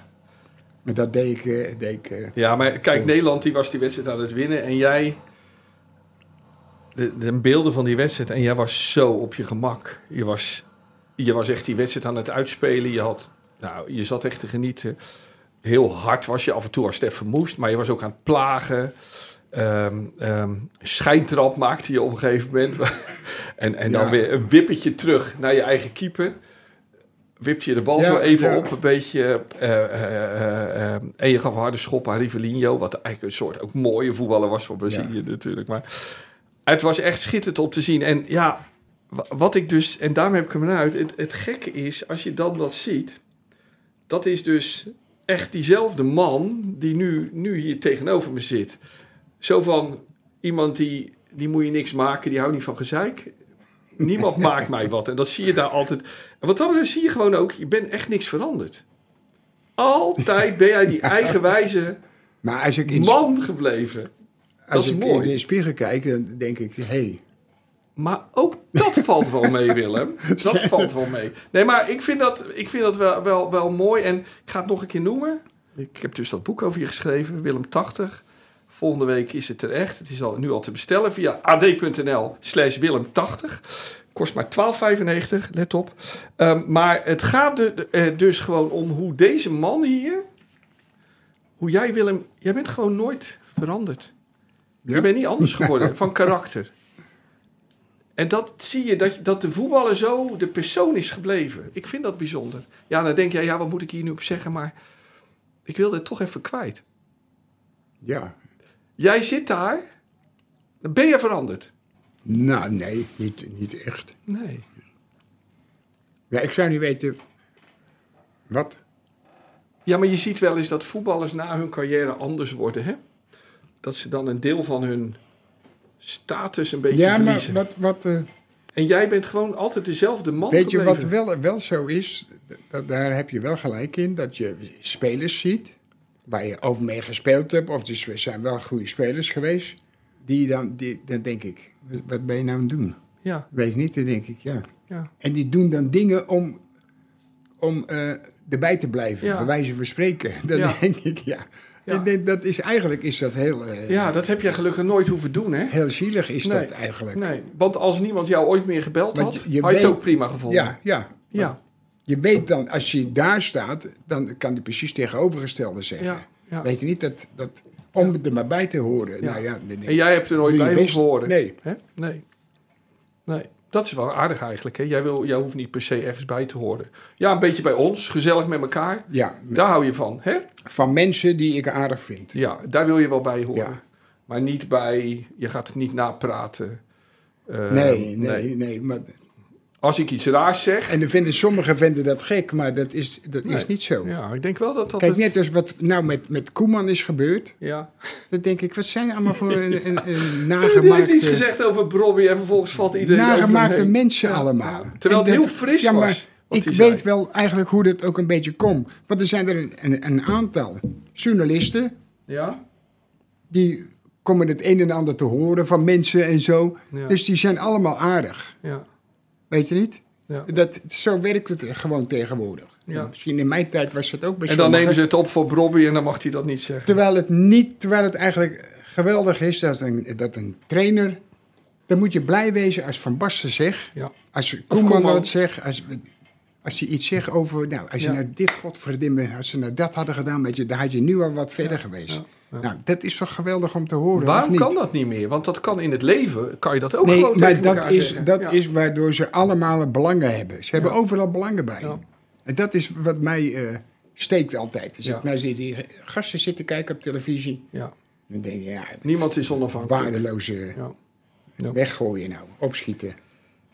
En dat deed ik... eh, deed ik eh, Ja, maar kijk, Nederland die was die wedstrijd aan het winnen. En jij... De, de beelden van die wedstrijd. En jij was zo op je gemak. Je was, je was echt die wedstrijd aan het uitspelen. Je, had, nou, je zat echt te genieten. Heel hard was je af en toe als Steffen moest. Maar je was ook aan het plagen. Ehm, ehm, schijntrap maakte je op een gegeven moment. [laughs] en en dan Ja. weer een wippetje terug naar je eigen keeper. Wipte je de bal Ja, zo even ja. op een beetje. eh, eh, eh, eh, en je gaf een harde schop aan Rivellino. Wat eigenlijk een soort ook mooie voetballer was voor Brazilië natuurlijk. Maar het was echt schitterend om te zien. En ja, wa- wat ik dus... En daarom heb ik hem eruit. Het, het gekke is, als je dan dat ziet... Dat is dus echt diezelfde man die nu, nu hier tegenover me zit. Zo van iemand die, die moet je niks maken, die houdt niet van gezeik. Niemand maakt mij wat. En dat zie je daar altijd. En wat dan betreft zie je gewoon ook, je bent echt niks veranderd. Altijd ben jij die eigenwijze maar als ik in, man gebleven. dat als is ik in mooi. de spiegel kijk, dan denk ik... Hé, hey, Maar ook dat valt wel mee, Willem. Dat valt wel mee. Nee, maar ik vind dat, ik vind dat wel, wel, wel mooi. En ik ga het nog een keer noemen. Ik heb dus dat boek over je geschreven, Willem 80. Volgende week is het er echt. Het is al, nu al te bestellen via ad.nl slash Willem 80. Kost maar 12,95, let op. Ehm, maar het gaat de- eh, dus gewoon om hoe deze man hier... Hoe jij, Willem... Jij bent gewoon nooit veranderd. Je Ja? bent niet anders geworden van karakter. En dat zie je, dat, dat de voetballer zo de persoon is gebleven. Ik vind dat bijzonder. Ja, dan denk je, ja, wat moet ik hier nu op zeggen? Maar ik wilde het toch even kwijt. ja... Jij zit daar, dan ben je veranderd. Nou, nee, niet, niet echt. Nee. Ja, ik zou niet weten... Wat? Ja, maar je ziet wel eens dat voetballers na hun carrière anders worden, hè? Dat ze dan een deel van hun status een beetje Ja, maar verliezen. wat... wat eh, En jij bent gewoon altijd dezelfde man Weet je wat gebleven. wel, wel zo is? Dat, daar heb je wel gelijk in. Dat je spelers ziet. Waar je over mee gespeeld hebt. Of dus we zijn wel goede spelers geweest. Die dan, die, dan denk ik. "Wat- Wat ben je nou aan het doen? Ja, Weet niet, dan denk ik ja. ja. En die doen dan dingen om, om eh, erbij te blijven. Ja. Bij wijze van spreken. [laughs] Dan Ja. denk ik ja. Ja. Ik denk, dat is, eigenlijk is dat heel, eh, ja, dat heb jij gelukkig nooit hoeven doen, hè? heel zielig. Is Nee. dat eigenlijk. Nee, want als niemand jou ooit meer gebeld Want had, je- je had je het weet- ook prima gevonden. Ja, ja. ja, Je weet dan, als je daar staat, dan kan die precies tegenovergestelde zeggen. ja. ja. Weet je niet dat, dat om er maar bij te horen. Ja. Nou ja, dan denk ik, En jij hebt er nooit doe je bij best. hoeven horen. Nee, Hè? Nee. Nee. Dat is wel aardig eigenlijk. Hè? Jij, wil, jij hoeft niet per se ergens bij te horen. Ja, een beetje bij ons, gezellig met elkaar. ja, m- Daar hou je van, hè? van mensen die ik aardig vind. Ja, daar wil je wel bij horen. Ja. Maar niet bij, je gaat het niet napraten. Eh, nee, nee, nee, Maar, Als ik iets raars zeg... en dan vinden, sommigen vinden dat gek, maar dat is, dat Nee. is niet zo. Ja, ik denk wel dat dat... Kijk, het- net als wat nou met, met Koeman is gebeurd. Ja. Dan denk ik, wat zijn allemaal voor [laughs] een, een, een Die heeft iets nagemaakte, gezegd over Brobby en vervolgens valt iedereen... over hem nagemaakte heen. mensen allemaal. Terwijl En het dat- heel fris ja, maar was. wat Ik hij weet zei. wel eigenlijk hoe dat ook een beetje komt. Want er zijn er een, een, een aantal journalisten Ja? die komen het een en ander te horen van mensen en zo. Ja. Dus die zijn allemaal aardig, Ja. weet je niet? ja. Dat, zo werkt het gewoon tegenwoordig. Ja. Misschien in mijn tijd was dat ook bij En dan nemen sommigen. ze het op voor Brobby en dan mag hij dat niet zeggen. Terwijl het, niet, terwijl het eigenlijk geweldig is dat een, dat een trainer... Dan moet je blij wezen als Van Basten zegt, Ja. als Koeman Koeman. dat zegt... Als, Als je iets zegt over, nou, als je Ja. nou dit godverdimme, als ze nou dat hadden gedaan, weet je, dan had je nu al wat verder geweest. Nou, dat is toch geweldig om te horen, of Waarom niet? kan dat niet meer? Want dat kan in het leven, kan je dat ook nee, gewoon maar tegen dat, elkaar is, zeggen. dat Ja. is waardoor ze allemaal belangen hebben. Ze hebben overal belangen bij. Ja. En dat is wat mij eh, steekt altijd. Als Ja. ik naar zit hier, eh, gasten zitten kijken op televisie, Ja. dan denk je, ja, Niemand is onafhankelijk. waardeloze Ja. Ja. weggooien nou, opschieten.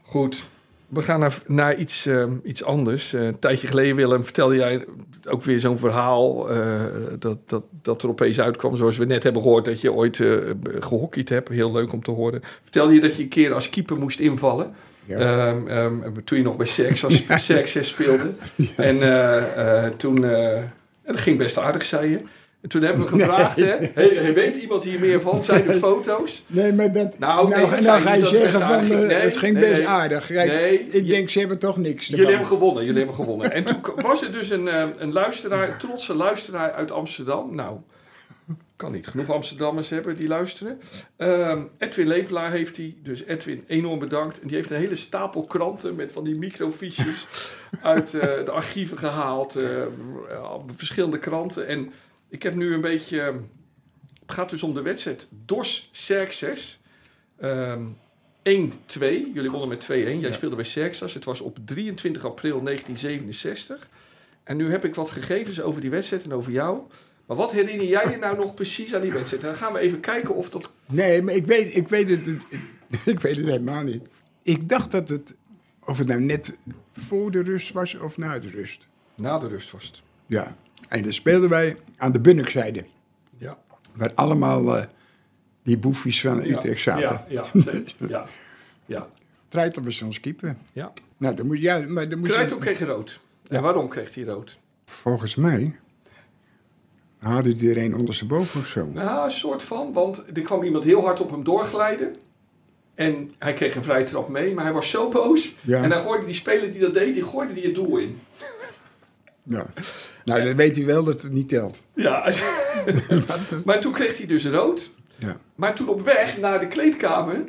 Goed, we gaan naar, naar iets, ehm, iets anders. Eh, een tijdje geleden, Willem, vertelde jij ook weer zo'n verhaal... eh, dat, dat, dat er opeens uitkwam, zoals we net hebben gehoord... dat je ooit eh, gehockeyd hebt. Heel leuk om te horen. Vertelde je dat je een keer als keeper moest invallen... Ja. Ehm, ehm, toen je nog bij Sexas Sexas speelde. En eh, eh, toen... eh, en dat ging best aardig, zei je. En toen hebben we gevraagd, hè, hey, hey, weet iemand hier meer van? Zijn er foto's? Nee, maar dat, Nou, nou, nee, nou, dat zei ga niet je dat zeggen best van, aardig ging. eh, Nee, het ging nee, best nee. aardig. Kijk, Nee, ik je- denk, ze hebben toch niks Jullie ervan. hebben gewonnen, jullie hebben gewonnen. En toen k- was er dus een, eh, een luisteraar, een trotse luisteraar uit Amsterdam. Nou, kan niet genoeg Amsterdammers hebben die luisteren. Ehm, Edwin Lepelaar heeft die, dus Edwin, enorm bedankt. En die heeft een hele stapel kranten met van die microfiches uit eh, de archieven gehaald. eh, ja, verschillende kranten. En ik heb nu een beetje... ehm, het gaat dus om de wedstrijd Dos Xerxes. Ehm 1-2. Jullie wonnen met 2-1. Jij speelde bij Serkstas. Het was op 23 april 1967. En nu heb ik wat gegevens over die wedstrijd en over jou. Maar wat herinner jij je nou nog precies aan die wedstrijd? En dan gaan we even kijken of dat... Nee, maar ik weet, ik, weet het, het- [laughs] ik, weet het helemaal niet. Ik dacht dat het, of het nou net voor de rust was of na de rust. Na de rust was het. Ja, en dan speelden wij aan de Bunnikzijde. Ja. Waar allemaal eh, die boefjes van Utrecht ja. zaten. Ja, ja, [laughs] zeker. ja. ja. Treitel was ons keeper. ja. Nou, dan moet, ja, maar dan moet je- Kruidhoek kreeg rood. En waarom kreeg hij rood? Volgens mij hadden die er een ondersteboven of zo. Nou, een soort van. Want er kwam iemand heel hard op hem doorglijden. En hij kreeg een vrije trap mee. Maar hij was zo boos. Ja. En hij gooide die speler die dat deed, die gooide die het doel in. Ja. Nou, dan weet hij wel dat het niet telt. Ja, [laughs] maar toen kreeg hij dus rood. Ja. Maar toen op weg naar de kleedkamer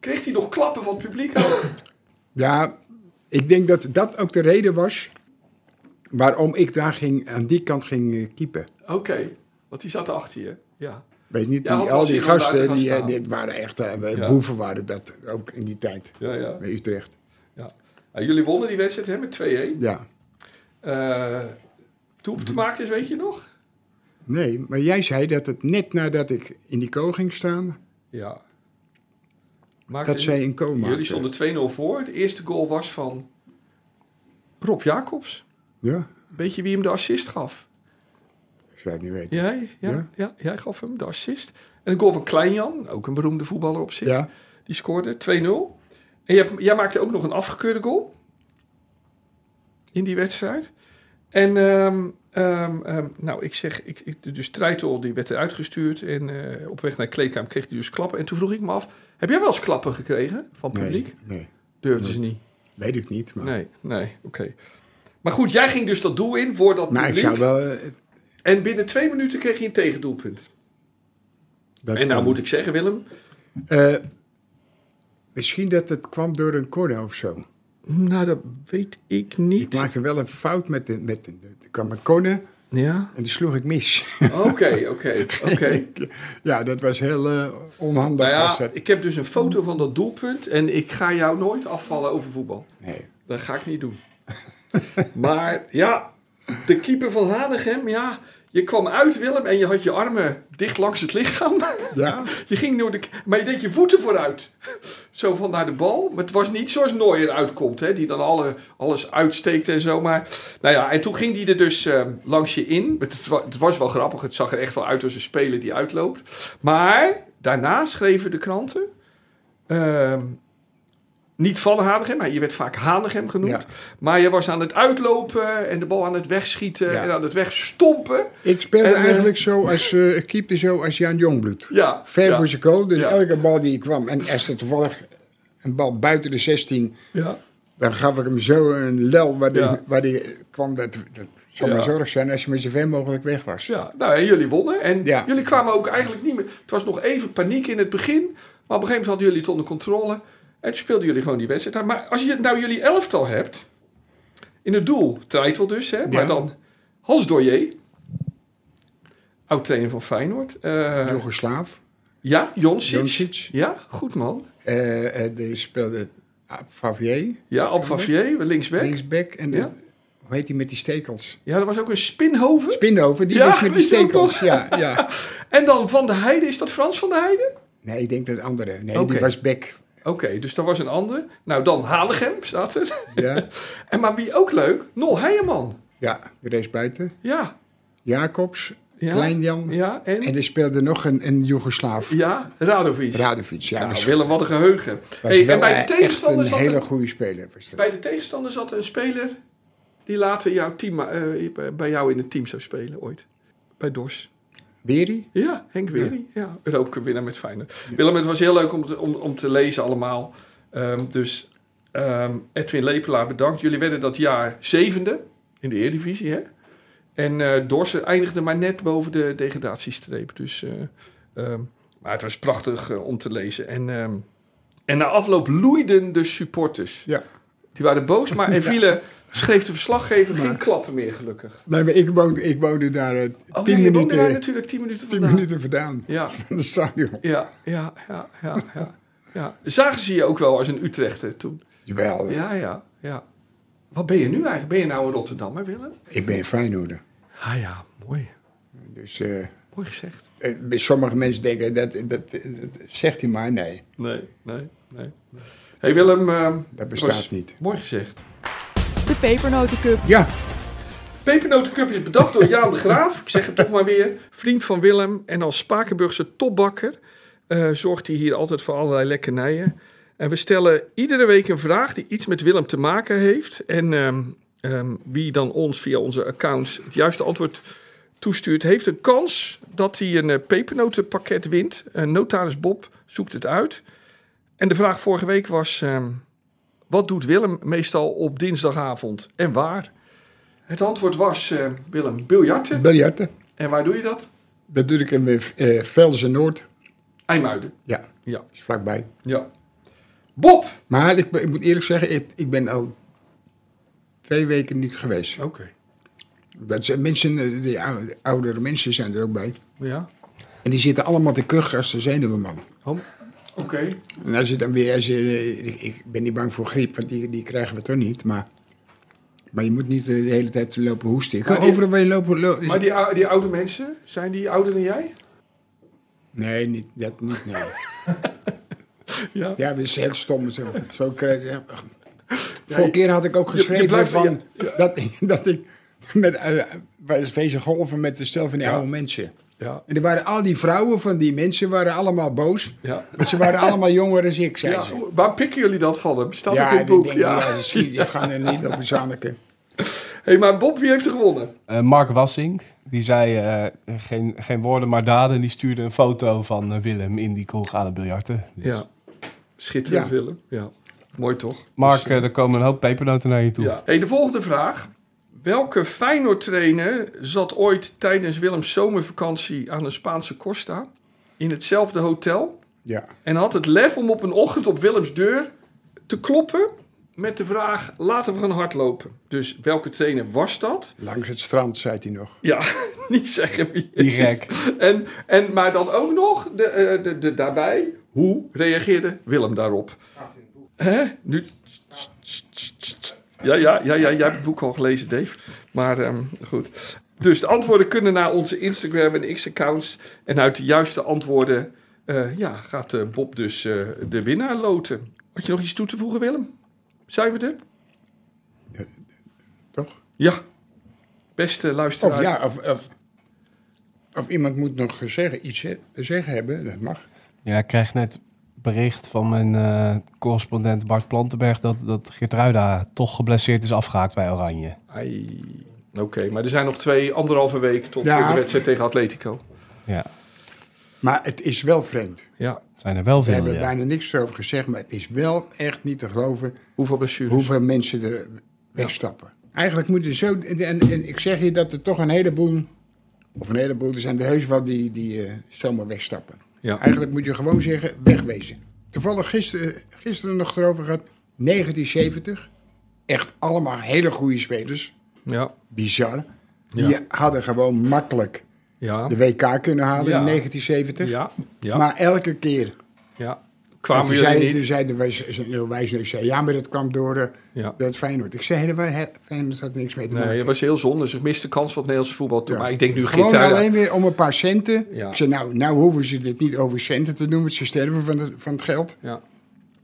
kreeg hij nog klappen van het publiek. [laughs] Ja, ik denk dat dat ook de reden was waarom ik daar ging, aan die kant ging eh, keepen. Oké, want die zat achter je. Ja. Weet niet, Ja, die- want al als je die dan gasten, buiten die, gaat eh, die waren echt, eh, Ja. boeven waren dat ook in die tijd, Ja, ja. bij Utrecht. ja. Nou, jullie wonnen die wedstrijd hè, met 2-1. Ja, Eh Toen te maken is, weet je nog? nee, maar jij zei dat het net nadat ik in die kool ging staan, Ja. Maakte dat zij in coma Jullie maakte. stonden 2-0 voor. De eerste goal was van Rob Jacobs. Ja, Weet je wie hem de assist gaf? ik zou het niet weten. Jij? Ja, ja? Ja. jij gaf hem de assist. En een goal van Kleinjan, ook een beroemde voetballer op zich. Ja, Die scoorde 2-0. En jij, jij maakte ook nog een afgekeurde goal. In die wedstrijd. En ehm, ehm, ehm, nou, ik zeg, ik, ik, dus Treitel die werd eruit gestuurd. En eh, op weg naar de kleedkamer kreeg hij dus klappen. En toen vroeg ik me af, heb jij wel eens klappen gekregen van het publiek? nee, nee, Durfde ze niet. weet ik niet. Maar, Nee, nee, oké. Maar goed, jij ging dus dat doel in voor dat maar ik publiek. zou wel... eh, En binnen twee minuten kreeg je een tegendoelpunt. dat En nou kan. moet ik zeggen, Willem. Eh, misschien dat het kwam door een corner of zo. Nou, dat weet ik niet. Ik maakte wel een fout met de... Met de, er kwam een corner Ja. en die sloeg ik mis. [laughs] Oké, oké, oké. ja, dat was heel eh, onhandig. Nou was ja, dat. ik heb dus een foto van dat doelpunt en ik ga jou nooit afvallen over voetbal. Nee. Dat ga ik niet doen. [laughs] Maar ja, de keeper van Hanegem, ja, je kwam uit Willem en je had je armen dicht langs het lichaam. Ja, Je ging door de, k- maar je deed je voeten vooruit. Zo van naar de bal. Maar het was niet zoals Neuer uitkomt. Hè, die dan alle, alles uitsteekt en zo. Maar, nou ja, en toen ging die er dus eh, langs je in. Het, wa- het was wel grappig. Het zag er echt wel uit als een speler die uitloopt. Maar daarna schreven de kranten... ehm, niet van Hanegem, maar je werd vaak Hanegem genoemd. Ja. Maar je was aan het uitlopen en de bal aan het wegschieten Ja. en aan het wegstompen. ik speelde En, eh, eigenlijk zo als, eh, ik keepte zo als Jan Jongbloed. Ja, Ver ja, voor zijn goal, dus Ja. elke bal die kwam. En als er toevallig een bal buiten de 16, ja. dan gaf ik hem zo een lel waar die, Ja. waar die kwam. Dat, dat zou mijn Ja. zorg zijn als je maar zo ver mogelijk weg was. Ja, nou en jullie wonnen. En Ja. jullie kwamen ook eigenlijk niet meer. Het was nog even paniek in het begin. Maar op een gegeven moment hadden jullie het onder controle. En toen speelden jullie gewoon die wedstrijd. Maar als je nou jullie elftal hebt. In het doel, Treitel dus, hè? maar Ja. dan Hans Doyer. Oud-trainer van Feyenoord. Eh, Joegoslaaf. ja, Jonsic. Joncic. Ja, goed man. Eh, eh, die speelde ah, Favier, Ja, Abfavier, linksback. linksback. En de- Ja. hoe heet die met die stekels? Ja, er was ook een Spinhoven. Spindover, die Ja, was met die die is ook stekels. Ja, ja. En dan Van de Heide, is dat Frans van de Heide? Nee, ik denk dat andere. Nee, Oké. die was Beck. Oké, dus daar was een ander. Nou, dan Halegem staat er. Ja, En maar wie ook leuk, Nol Heijerman. ja de rest buiten. Ja, Jacobs, Ja. Kleinjan. ja, en? En er speelde nog een, een Joegoslaaf. Ja, Radovic. Radovic. Ja, nou, was, Willem, wat een geheugen. was Hey, wel en bij de, echt tegenstander een zat hele een, goede speler. Was dat. bij de tegenstander zat een speler die later jouw team, eh, bij jou in het team zou spelen ooit. Bij Dors. Beri? Ja, Henk Wery. Ja. Europa Cup winnaar met Feyenoord. Willem, het was heel leuk om te, om, om te lezen allemaal. Ehm, dus ehm, Edwin Lepelaar, bedankt. Jullie werden dat jaar zevende in de Eredivisie. Hè? En eh Dorsen eindigde maar net boven de degradatiestreep. Dus, eh, ehm, maar het was prachtig eh, om te lezen. En, ehm, en na afloop loeiden de supporters. Ja. Die waren boos, [laughs] maar en vielen, schreef de verslaggever, geen klappen meer gelukkig. Nee, maar ik woonde, ik woonde daar eh, Oh, tien, nee, je woonde daar minuten, natuurlijk tien minuten tien vandaan. minuten vandaan. [laughs] Ja. Van het stadion. Ja, ja, ja, ja, ja. ja. Zagen ze je ook wel als een Utrechter toen? Jawel, Ja, ja, ja. Wat ben je nu eigenlijk? Ben je nou in Rotterdam, hè, Willem? ik ben een Feyenoorder. Ah ja, mooi. Dus eh, eh, Mooi gezegd. bij sommige mensen denken, dat, dat, dat, zegt hij maar. Nee, Nee, nee, nee. hey Willem. ehm, dat bestaat was niet. Mooi gezegd. De Pepernotencup. Ja, Pepernotencup is bedacht door Jaan de Graaf. Ik zeg het toch maar weer. Vriend van Willem en als Spakenburgse topbakker eh, zorgt hij hier altijd voor allerlei lekkernijen. En we stellen iedere week een vraag die iets met Willem te maken heeft. En ehm, ehm, wie dan ons via onze accounts het juiste antwoord toestuurt, heeft een kans dat hij een eh, pepernotenpakket wint. Eh, notaris Bob zoekt het uit. En de vraag vorige week was: ehm, wat doet Willem meestal op dinsdagavond en waar? Het antwoord was, eh, Willem, biljarten. biljarten. En waar doe je dat? Dat doe ik in eh, Velzen Noord. IJmuiden. Ja, Ja. is vlakbij. ja. Bob! Maar ik, ik moet eerlijk zeggen, ik, ik ben al twee weken niet geweest. Oké. Dat zijn mensen, eh, die ou- oudere mensen zijn er ook bij. Ja. En die zitten allemaal te kuchen als de zenuwenman. Oké. En als je dan weer, als je, eh, ik, ik ben niet bang voor griep, want die, die krijgen we toch niet. Maar, maar je moet niet eh, de hele tijd lopen hoesten. Ik kan Maar die- overal waar je lopen. lo- is- Maar die, ou- die oude mensen, zijn die ouder dan jij? Nee, niet, dat niet. Nee. [laughs] Ja. ja, dat is heel stom. Zo, zo krijg je- Ja, Vorige je- keer had ik ook je geschreven blijft- van, Dat, dat ik met eh, bij het feestje golven met de stel van die oude mensen. Ja. En er waren al die vrouwen van die mensen waren allemaal boos. Ja. Want ze waren allemaal jonger dan ik, zei ja. ze. o- Waar pikken jullie dat van hem? Staat ook in Ja, het die boek. denken, ja. ja, dus- ze [laughs] schieten, die gaan er niet op een zanneke. hey, maar Bob, wie heeft er gewonnen? Eh, Mark Wassink, die zei eh, geen, geen woorden maar daden. Die stuurde een foto van eh, Willem in die kroeg aan het biljarten. Dus- Ja. Schitterend, Ja. Willem. Ja. Mooi toch? Mark, eh, er komen een hoop pepernoten naar je toe. dus, Ja. Hey, de volgende vraag. Welke Feyenoord-trainer zat ooit tijdens Willems zomervakantie aan de Spaanse Costa in hetzelfde hotel Ja, En had het lef om op een ochtend op Willems deur te kloppen met de vraag: laten we gaan hardlopen. Dus welke trainer was dat? langs het strand, zei hij nog. Ja, [laughs] niet zeggen wie. Die gek. En, en, maar dan ook nog de, eh, de, de, daarbij, hoe reageerde Willem daarop? Hè? Nu. Ja, ja, ja, ja, jij hebt het boek al gelezen, Dave. Maar ehm, goed. Dus de antwoorden kunnen naar onze Instagram en X-accounts. En uit de juiste antwoorden eh, ja, gaat eh, Bob dus eh, de winnaar loten. Had je nog iets toe te voegen, Willem? Zijn we er? Toch? Ja. Beste luisteraar. Of ja, of, of, of iemand moet nog zeggen, iets hè, te zeggen hebben, dat mag. Ja, ik krijg net bericht van mijn eh, correspondent Bart Plantenberg... dat, dat Geertruida toch geblesseerd is afgehaakt bij Oranje. Ai. Oké, maar er zijn nog twee, anderhalve week tot Ja. de wedstrijd tegen Atletico. Ja, Maar het is wel vreemd. Ja, zijn er wel We veel. hebben ja. bijna niks erover gezegd, maar het is wel echt niet te geloven hoeveel blessures? hoeveel mensen er wegstappen. Eigenlijk moeten zo. En, en ik zeg je dat er toch een heleboel. Of een heleboel, er zijn er heus wel die, die eh, zomaar wegstappen. Ja. Eigenlijk moet je gewoon zeggen: eh, wegwezen. Toevallig gisteren, gisteren nog erover gehad. 1970 echt allemaal hele goede spelers. Ja. Bizar. Ja. Die hadden gewoon makkelijk Ja. de WK kunnen halen Ja. in 1970. Ja. Ja. Maar elke keer. ja. Toen Kwamen jullie zei, toen niet? zei de wijs- de wijsneus, zei, ja, maar dat kwam door eh, Ja. dat Feyenoord. Ik zei, helemaal, hè, Feyenoord had niks mee te maken. Nee, dat was heel zonde. Ze miste kans wat Nederlands voetbal toen. Ja. Maar ik denk nu Gewoon Gita. alleen weer om een paar centen. Ja. Ik zei, nou, nou hoeven ze dit niet over centen te doen, want ze sterven van, het- van het geld. Ja.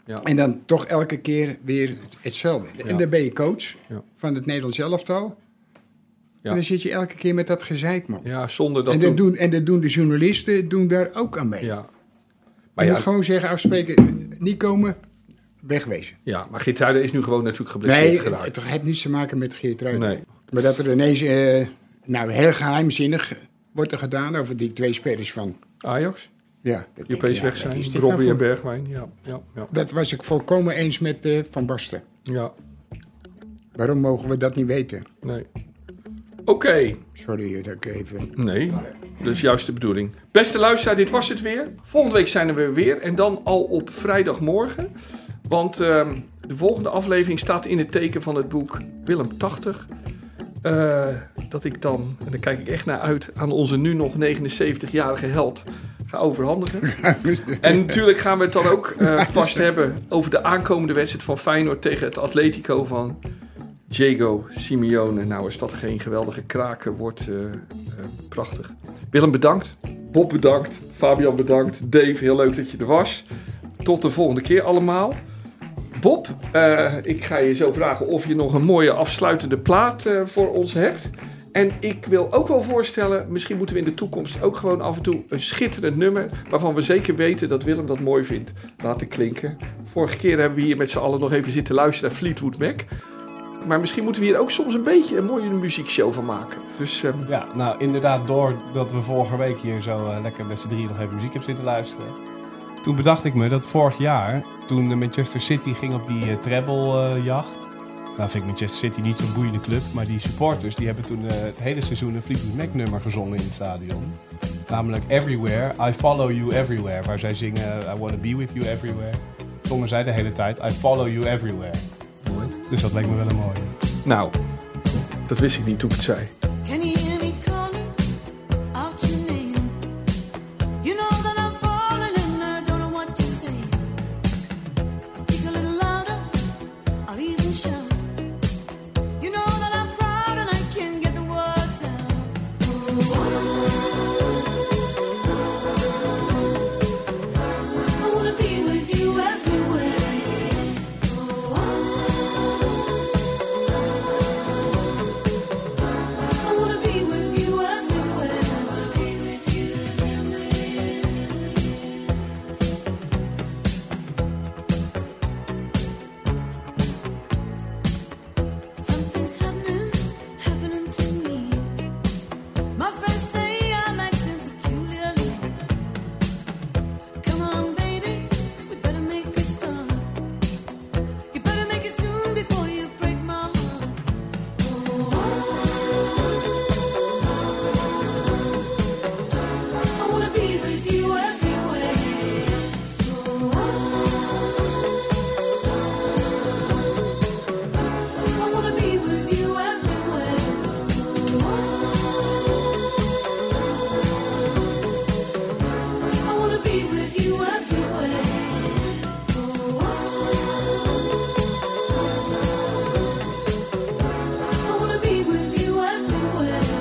Ja. En dan toch elke keer weer het- hetzelfde. Ja. En dan ben je coach Ja. van het Nederlands elftal. Ja. En dan zit je elke keer met dat gezeik, man. ja, zonder dat. en, toen- dat doen, en dat doen de journalisten doen daar ook aan mee. Ja. Maar je moet ja, gewoon zeggen, afspreken, niet komen, wegwezen. ja, maar Geertruida is nu gewoon natuurlijk geblesseerd Nee, het, geraakt. het heeft niets te maken met Geert Nee. Maar dat er ineens, eh, nou, heel geheimzinnig wordt er gedaan over die twee spelers van... Ajax, Ja, dat denk ik, Europees ja, weg wat zijn. is dit nou Robbie voor- en Bergwijn. Ja, ja, ja. Dat was ik volkomen eens met eh, Van Basten. ja Waarom mogen we dat niet weten? nee. Oké. Sorry dat ik even... Nee, dat is juist de bedoeling. Beste luisteraar, dit was het weer. Volgende week zijn we weer en dan al op vrijdagmorgen. Want ehm, de volgende aflevering staat in het teken van het boek Willem 80. Eh, dat ik dan, en daar kijk ik echt naar uit, aan onze nu nog 79-jarige held ga overhandigen. en natuurlijk gaan we het dan ook eh, vast hebben over de aankomende wedstrijd van Feyenoord tegen het Atletico van Diego Simeone. Nou, als dat geen geweldige kraken wordt, eh, eh, prachtig. Willem, bedankt. Bob, bedankt. Fabian, bedankt. Dave, heel leuk dat je er was. Tot de volgende keer allemaal. Bob, eh, ik ga je zo vragen of je nog een mooie afsluitende plaat eh, voor ons hebt. En ik wil ook wel voorstellen, misschien moeten we in de toekomst ook gewoon af en toe een schitterend nummer. waarvan we zeker weten dat Willem dat mooi vindt, laten klinken. Vorige keer hebben we hier met z'n allen nog even zitten luisteren naar Fleetwood Mac. Maar misschien moeten we hier ook soms een beetje een mooie muziekshow van maken. Dus ehm, Ja, nou inderdaad, doordat we vorige week hier zo eh, lekker met z'n drieën nog even muziek hebben zitten luisteren. Toen bedacht ik me dat vorig jaar, toen de Manchester City ging op die eh, treble-jacht. nou vind ik Manchester City niet zo'n boeiende club, maar die supporters die hebben toen eh, het hele seizoen een Fleetwood Mac nummer gezongen in het stadion. Namelijk Everywhere, I Follow You Everywhere, waar zij zingen eh, I Wanna Be With You Everywhere. Zongen zij de hele tijd I Follow You Everywhere. Dus dat leek me wel een mooie. nou, dat wist ik niet toen ik het zei. Can you hear me calling out your name? You know that I'm falling and I don't know what to say. I speak a little louder, I'll even shout. You know that I'm proud and I can't get the words out. I wanna be with you everywhere. I wanna be with you everywhere. I wanna be with you everywhere. Something's happening, happening to me. My friends say I'm acting peculiarly. Come on, baby, we better make a start. You better make it soon before you break my heart. I wanna be with you everywhere. I wanna be with you everywhere. I wanna be with you everywhere. I wanna be with you everywhere.